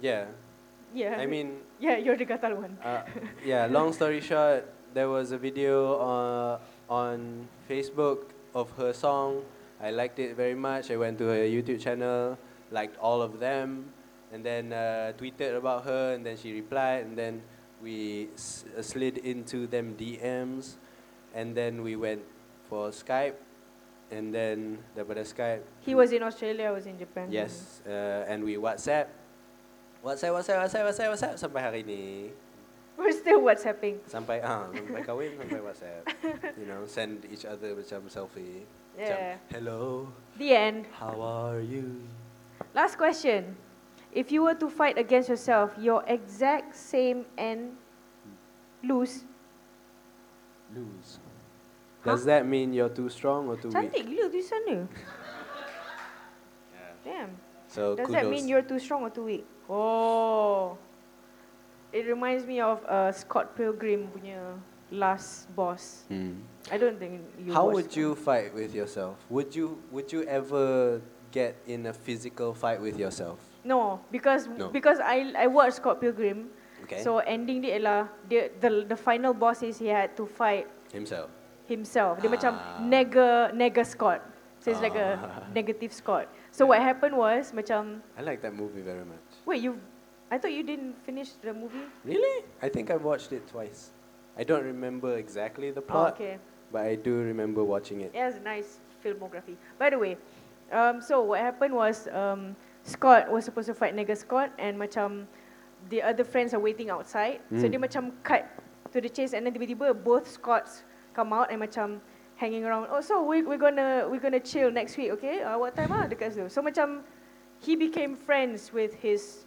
Yeah, *laughs* Yeah. I mean, Yeah, you're the gatal one. uh, yeah. Long story short, there was a video uh, on Facebook of her song. I liked it very much. I went to her YouTube channel, liked all of them, and then uh, tweeted about her, and then she replied, and then we s- uh, slid into them DMs, and then we went for Skype, and then daripada Skype. He was in Australia, I was in Japan. Yes, uh, and we WhatsApp. WhatsApp, WhatsApp, WhatsApp, WhatsApp, WhatsApp sampai hari ni. *laughs* We're still WhatsApping. Sampai ah, sampai kahwin sampai WhatsApp. You know, send each other macam selfie. Macam, Yeah. hello, The end. how are you? Last question. If you were to fight against yourself, your exact same and lose. Lose. Does that mean you're too strong or too weak? Cantik gila tu sana. Damn. So Does kudos. that mean you're too strong or too weak? Oh. It reminds me of uh, Scott Pilgrim punya last boss. Hmm. I don't think you How watched would that. you fight with yourself? Would you would you ever get in a physical fight with yourself? No, because No. because I I watched Scott Pilgrim. Okay. So ending dia ialah dia, the the final boss is he had to fight Himself. himself. Dia macam Ah. nega nega Scott. So it's like a Ah. *laughs* negative Scott. So what happened was macam I like that movie very much. wait you I thought you didn't finish the movie. Really? I think I watched it twice. I don't remember exactly the Oh, plot, okay. but I do remember watching it. It has a nice filmography. By the way, um, so what happened was um, Scott was supposed to fight Nega Scott and macam the other friends are waiting outside. So Mm. dia macam cut to the chase and then tiba-tiba both Scotts come out and macam hanging around. Oh, so we, we're gonna we're gonna chill next week, okay? Uh, what time ah? Dekat situ. So macam he became friends with his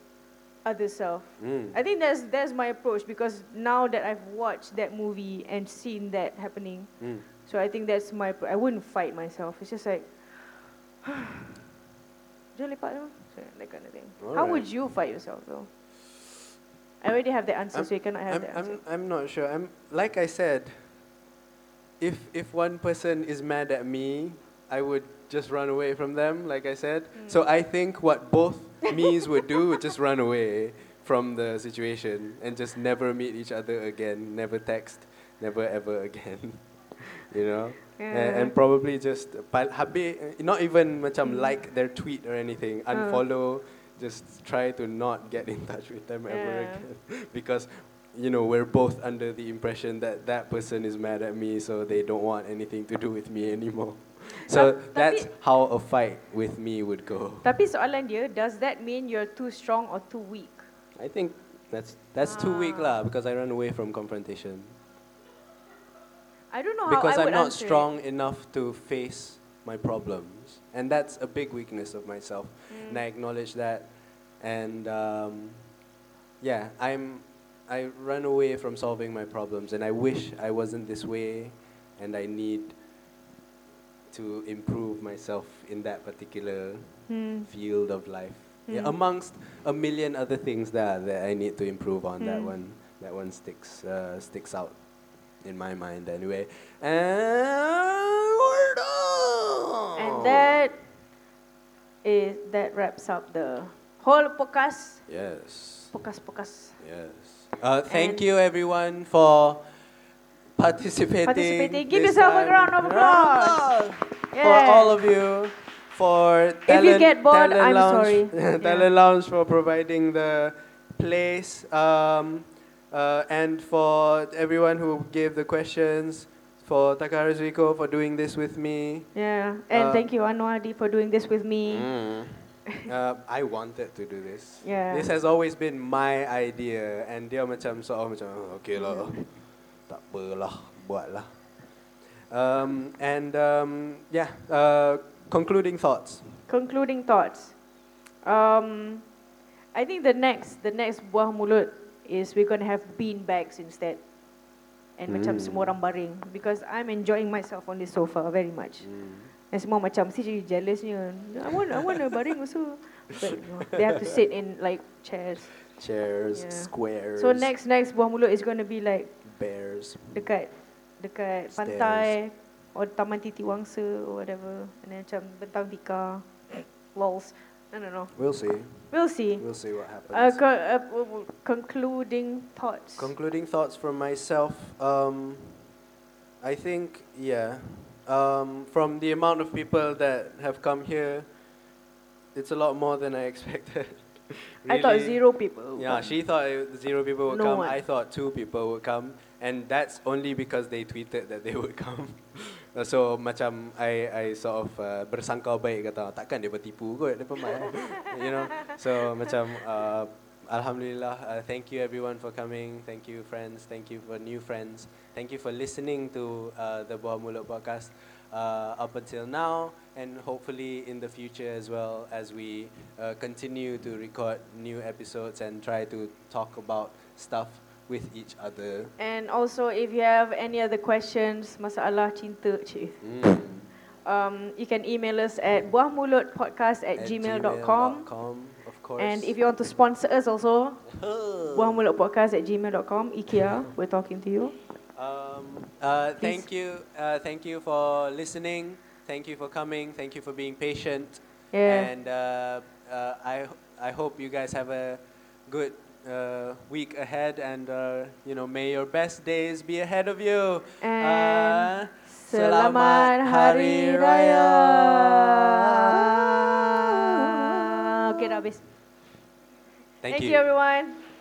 other self. Mm. I think that's that's my approach because now that I've watched that movie and seen that happening, Mm. so I think that's my. I wouldn't fight myself. It's just like, *sighs* don't lepak lah. So, that kind of thing. How Alright. would you fight yourself though? I already have the answer, I'm- so you cannot have I'm, the answer. I'm, I'm not sure. I'm like I said. If if one person is mad at me, I would just run away from them. Like I said. Mm. So I think what both me's would do would just run away from the situation and just never meet each other again. Never text. Never ever again. *laughs* you know. A- Yeah. And, probably just pal- habis, eh, not even macam Mm. like their tweet or anything. Uh. Unfollow. Just try to not get in *laughs* touch with them ever Yeah. again *laughs* because you know we're both under the impression that that person is mad at me so they don't want anything to do with me anymore so Tap- tapi- that's how a fight with me would go Tapi soalan dia, does that mean you're too strong or too weak? i think that's that's too weak lah because i run away from confrontation I don't know because how i'm I not would answer it. strong enough to face my problems and that's a big weakness of myself and Mm. i acknowledge that and um, yeah i'm i run away from solving my problems and i wish i wasn't this way and i need to improve myself in that particular Hmm. field of life yeah, amongst a million other things that, that i need to improve on Hmm. that one that one sticks uh, sticks out in my mind anyway and we're done And that is that wraps up the whole podcast. yes Podcast, podcast. Yes. Uh, thank And- you everyone for participating. Participating. Give this yourself a time. round of applause. For Yeah. all of you. For If talent, you get bored, Talent I'm Lounge, sorry. *laughs* Yeah. talent Lounge for providing the place um, uh, and for everyone who gave the questions. For Takaharu Zuiko for doing this with me. Yeah, Uh, and thank you Anwadi for doing this with me. Uh, I wanted to do this. Yeah. This has always been my idea and dia macam seolah macam "Oh, okay lah. tak apalah, buatlah. Um, and um, yeah, uh, concluding thoughts. Concluding thoughts. Um, I think the next the next buah mulut is we're gonna have bean bags instead. And macam semua orang baring because I'm enjoying myself on this sofa very much. And semua macam si you jealousnya. I want I want a baring also. But no, they have to sit in like chairs. Chairs, Yeah. squares, So next next buah mulut is gonna be like bears. dekat dekat Stairs. pantai or taman titi wangsa or whatever and then macam bentang tika lols I don't know We'll see. we'll see We'll see what uh, happens. co- uh, w- w- concluding thoughts concluding thoughts from myself. Um, I think, yeah. Um, from the amount of people that have come here, it's a lot more than I expected. *laughs* I thought Really. zero people. Yeah, she thought it- zero people would No come. one. I thought two people would come, and that's only because they tweeted that they would come. Uh, so macam I I sort of uh, bersangka baik kata takkan dia bertipu kot dia pemain. *laughs* you know. So macam uh, Alhamdulillah, uh, thank you everyone for coming. Thank you friends. Thank you for new friends. Thank you for listening to uh, the Buah Mulut podcast uh, up until now, and hopefully in the future as well as we uh, continue to record new episodes and try to talk about stuff with each other. And also, if you have any other questions, masalah cinta, cik. Mm. Um, you can email us at buahmulutpodcast at, At gmail.com. gmail.com, of course. And if you want to sponsor us also, buahmulutpodcast at gmail.com. IKEA, *laughs* we're talking to you. Um, uh, thank you, uh, thank you for listening. Thank you for coming. Thank you for being patient. Yeah. And uh, uh, I I hope you guys have a good uh, week ahead, and uh, you know may your best days be ahead of you. And uh, Selamat Hari Raya. Okay, dah habis. Thank, Ah. Thank you everyone.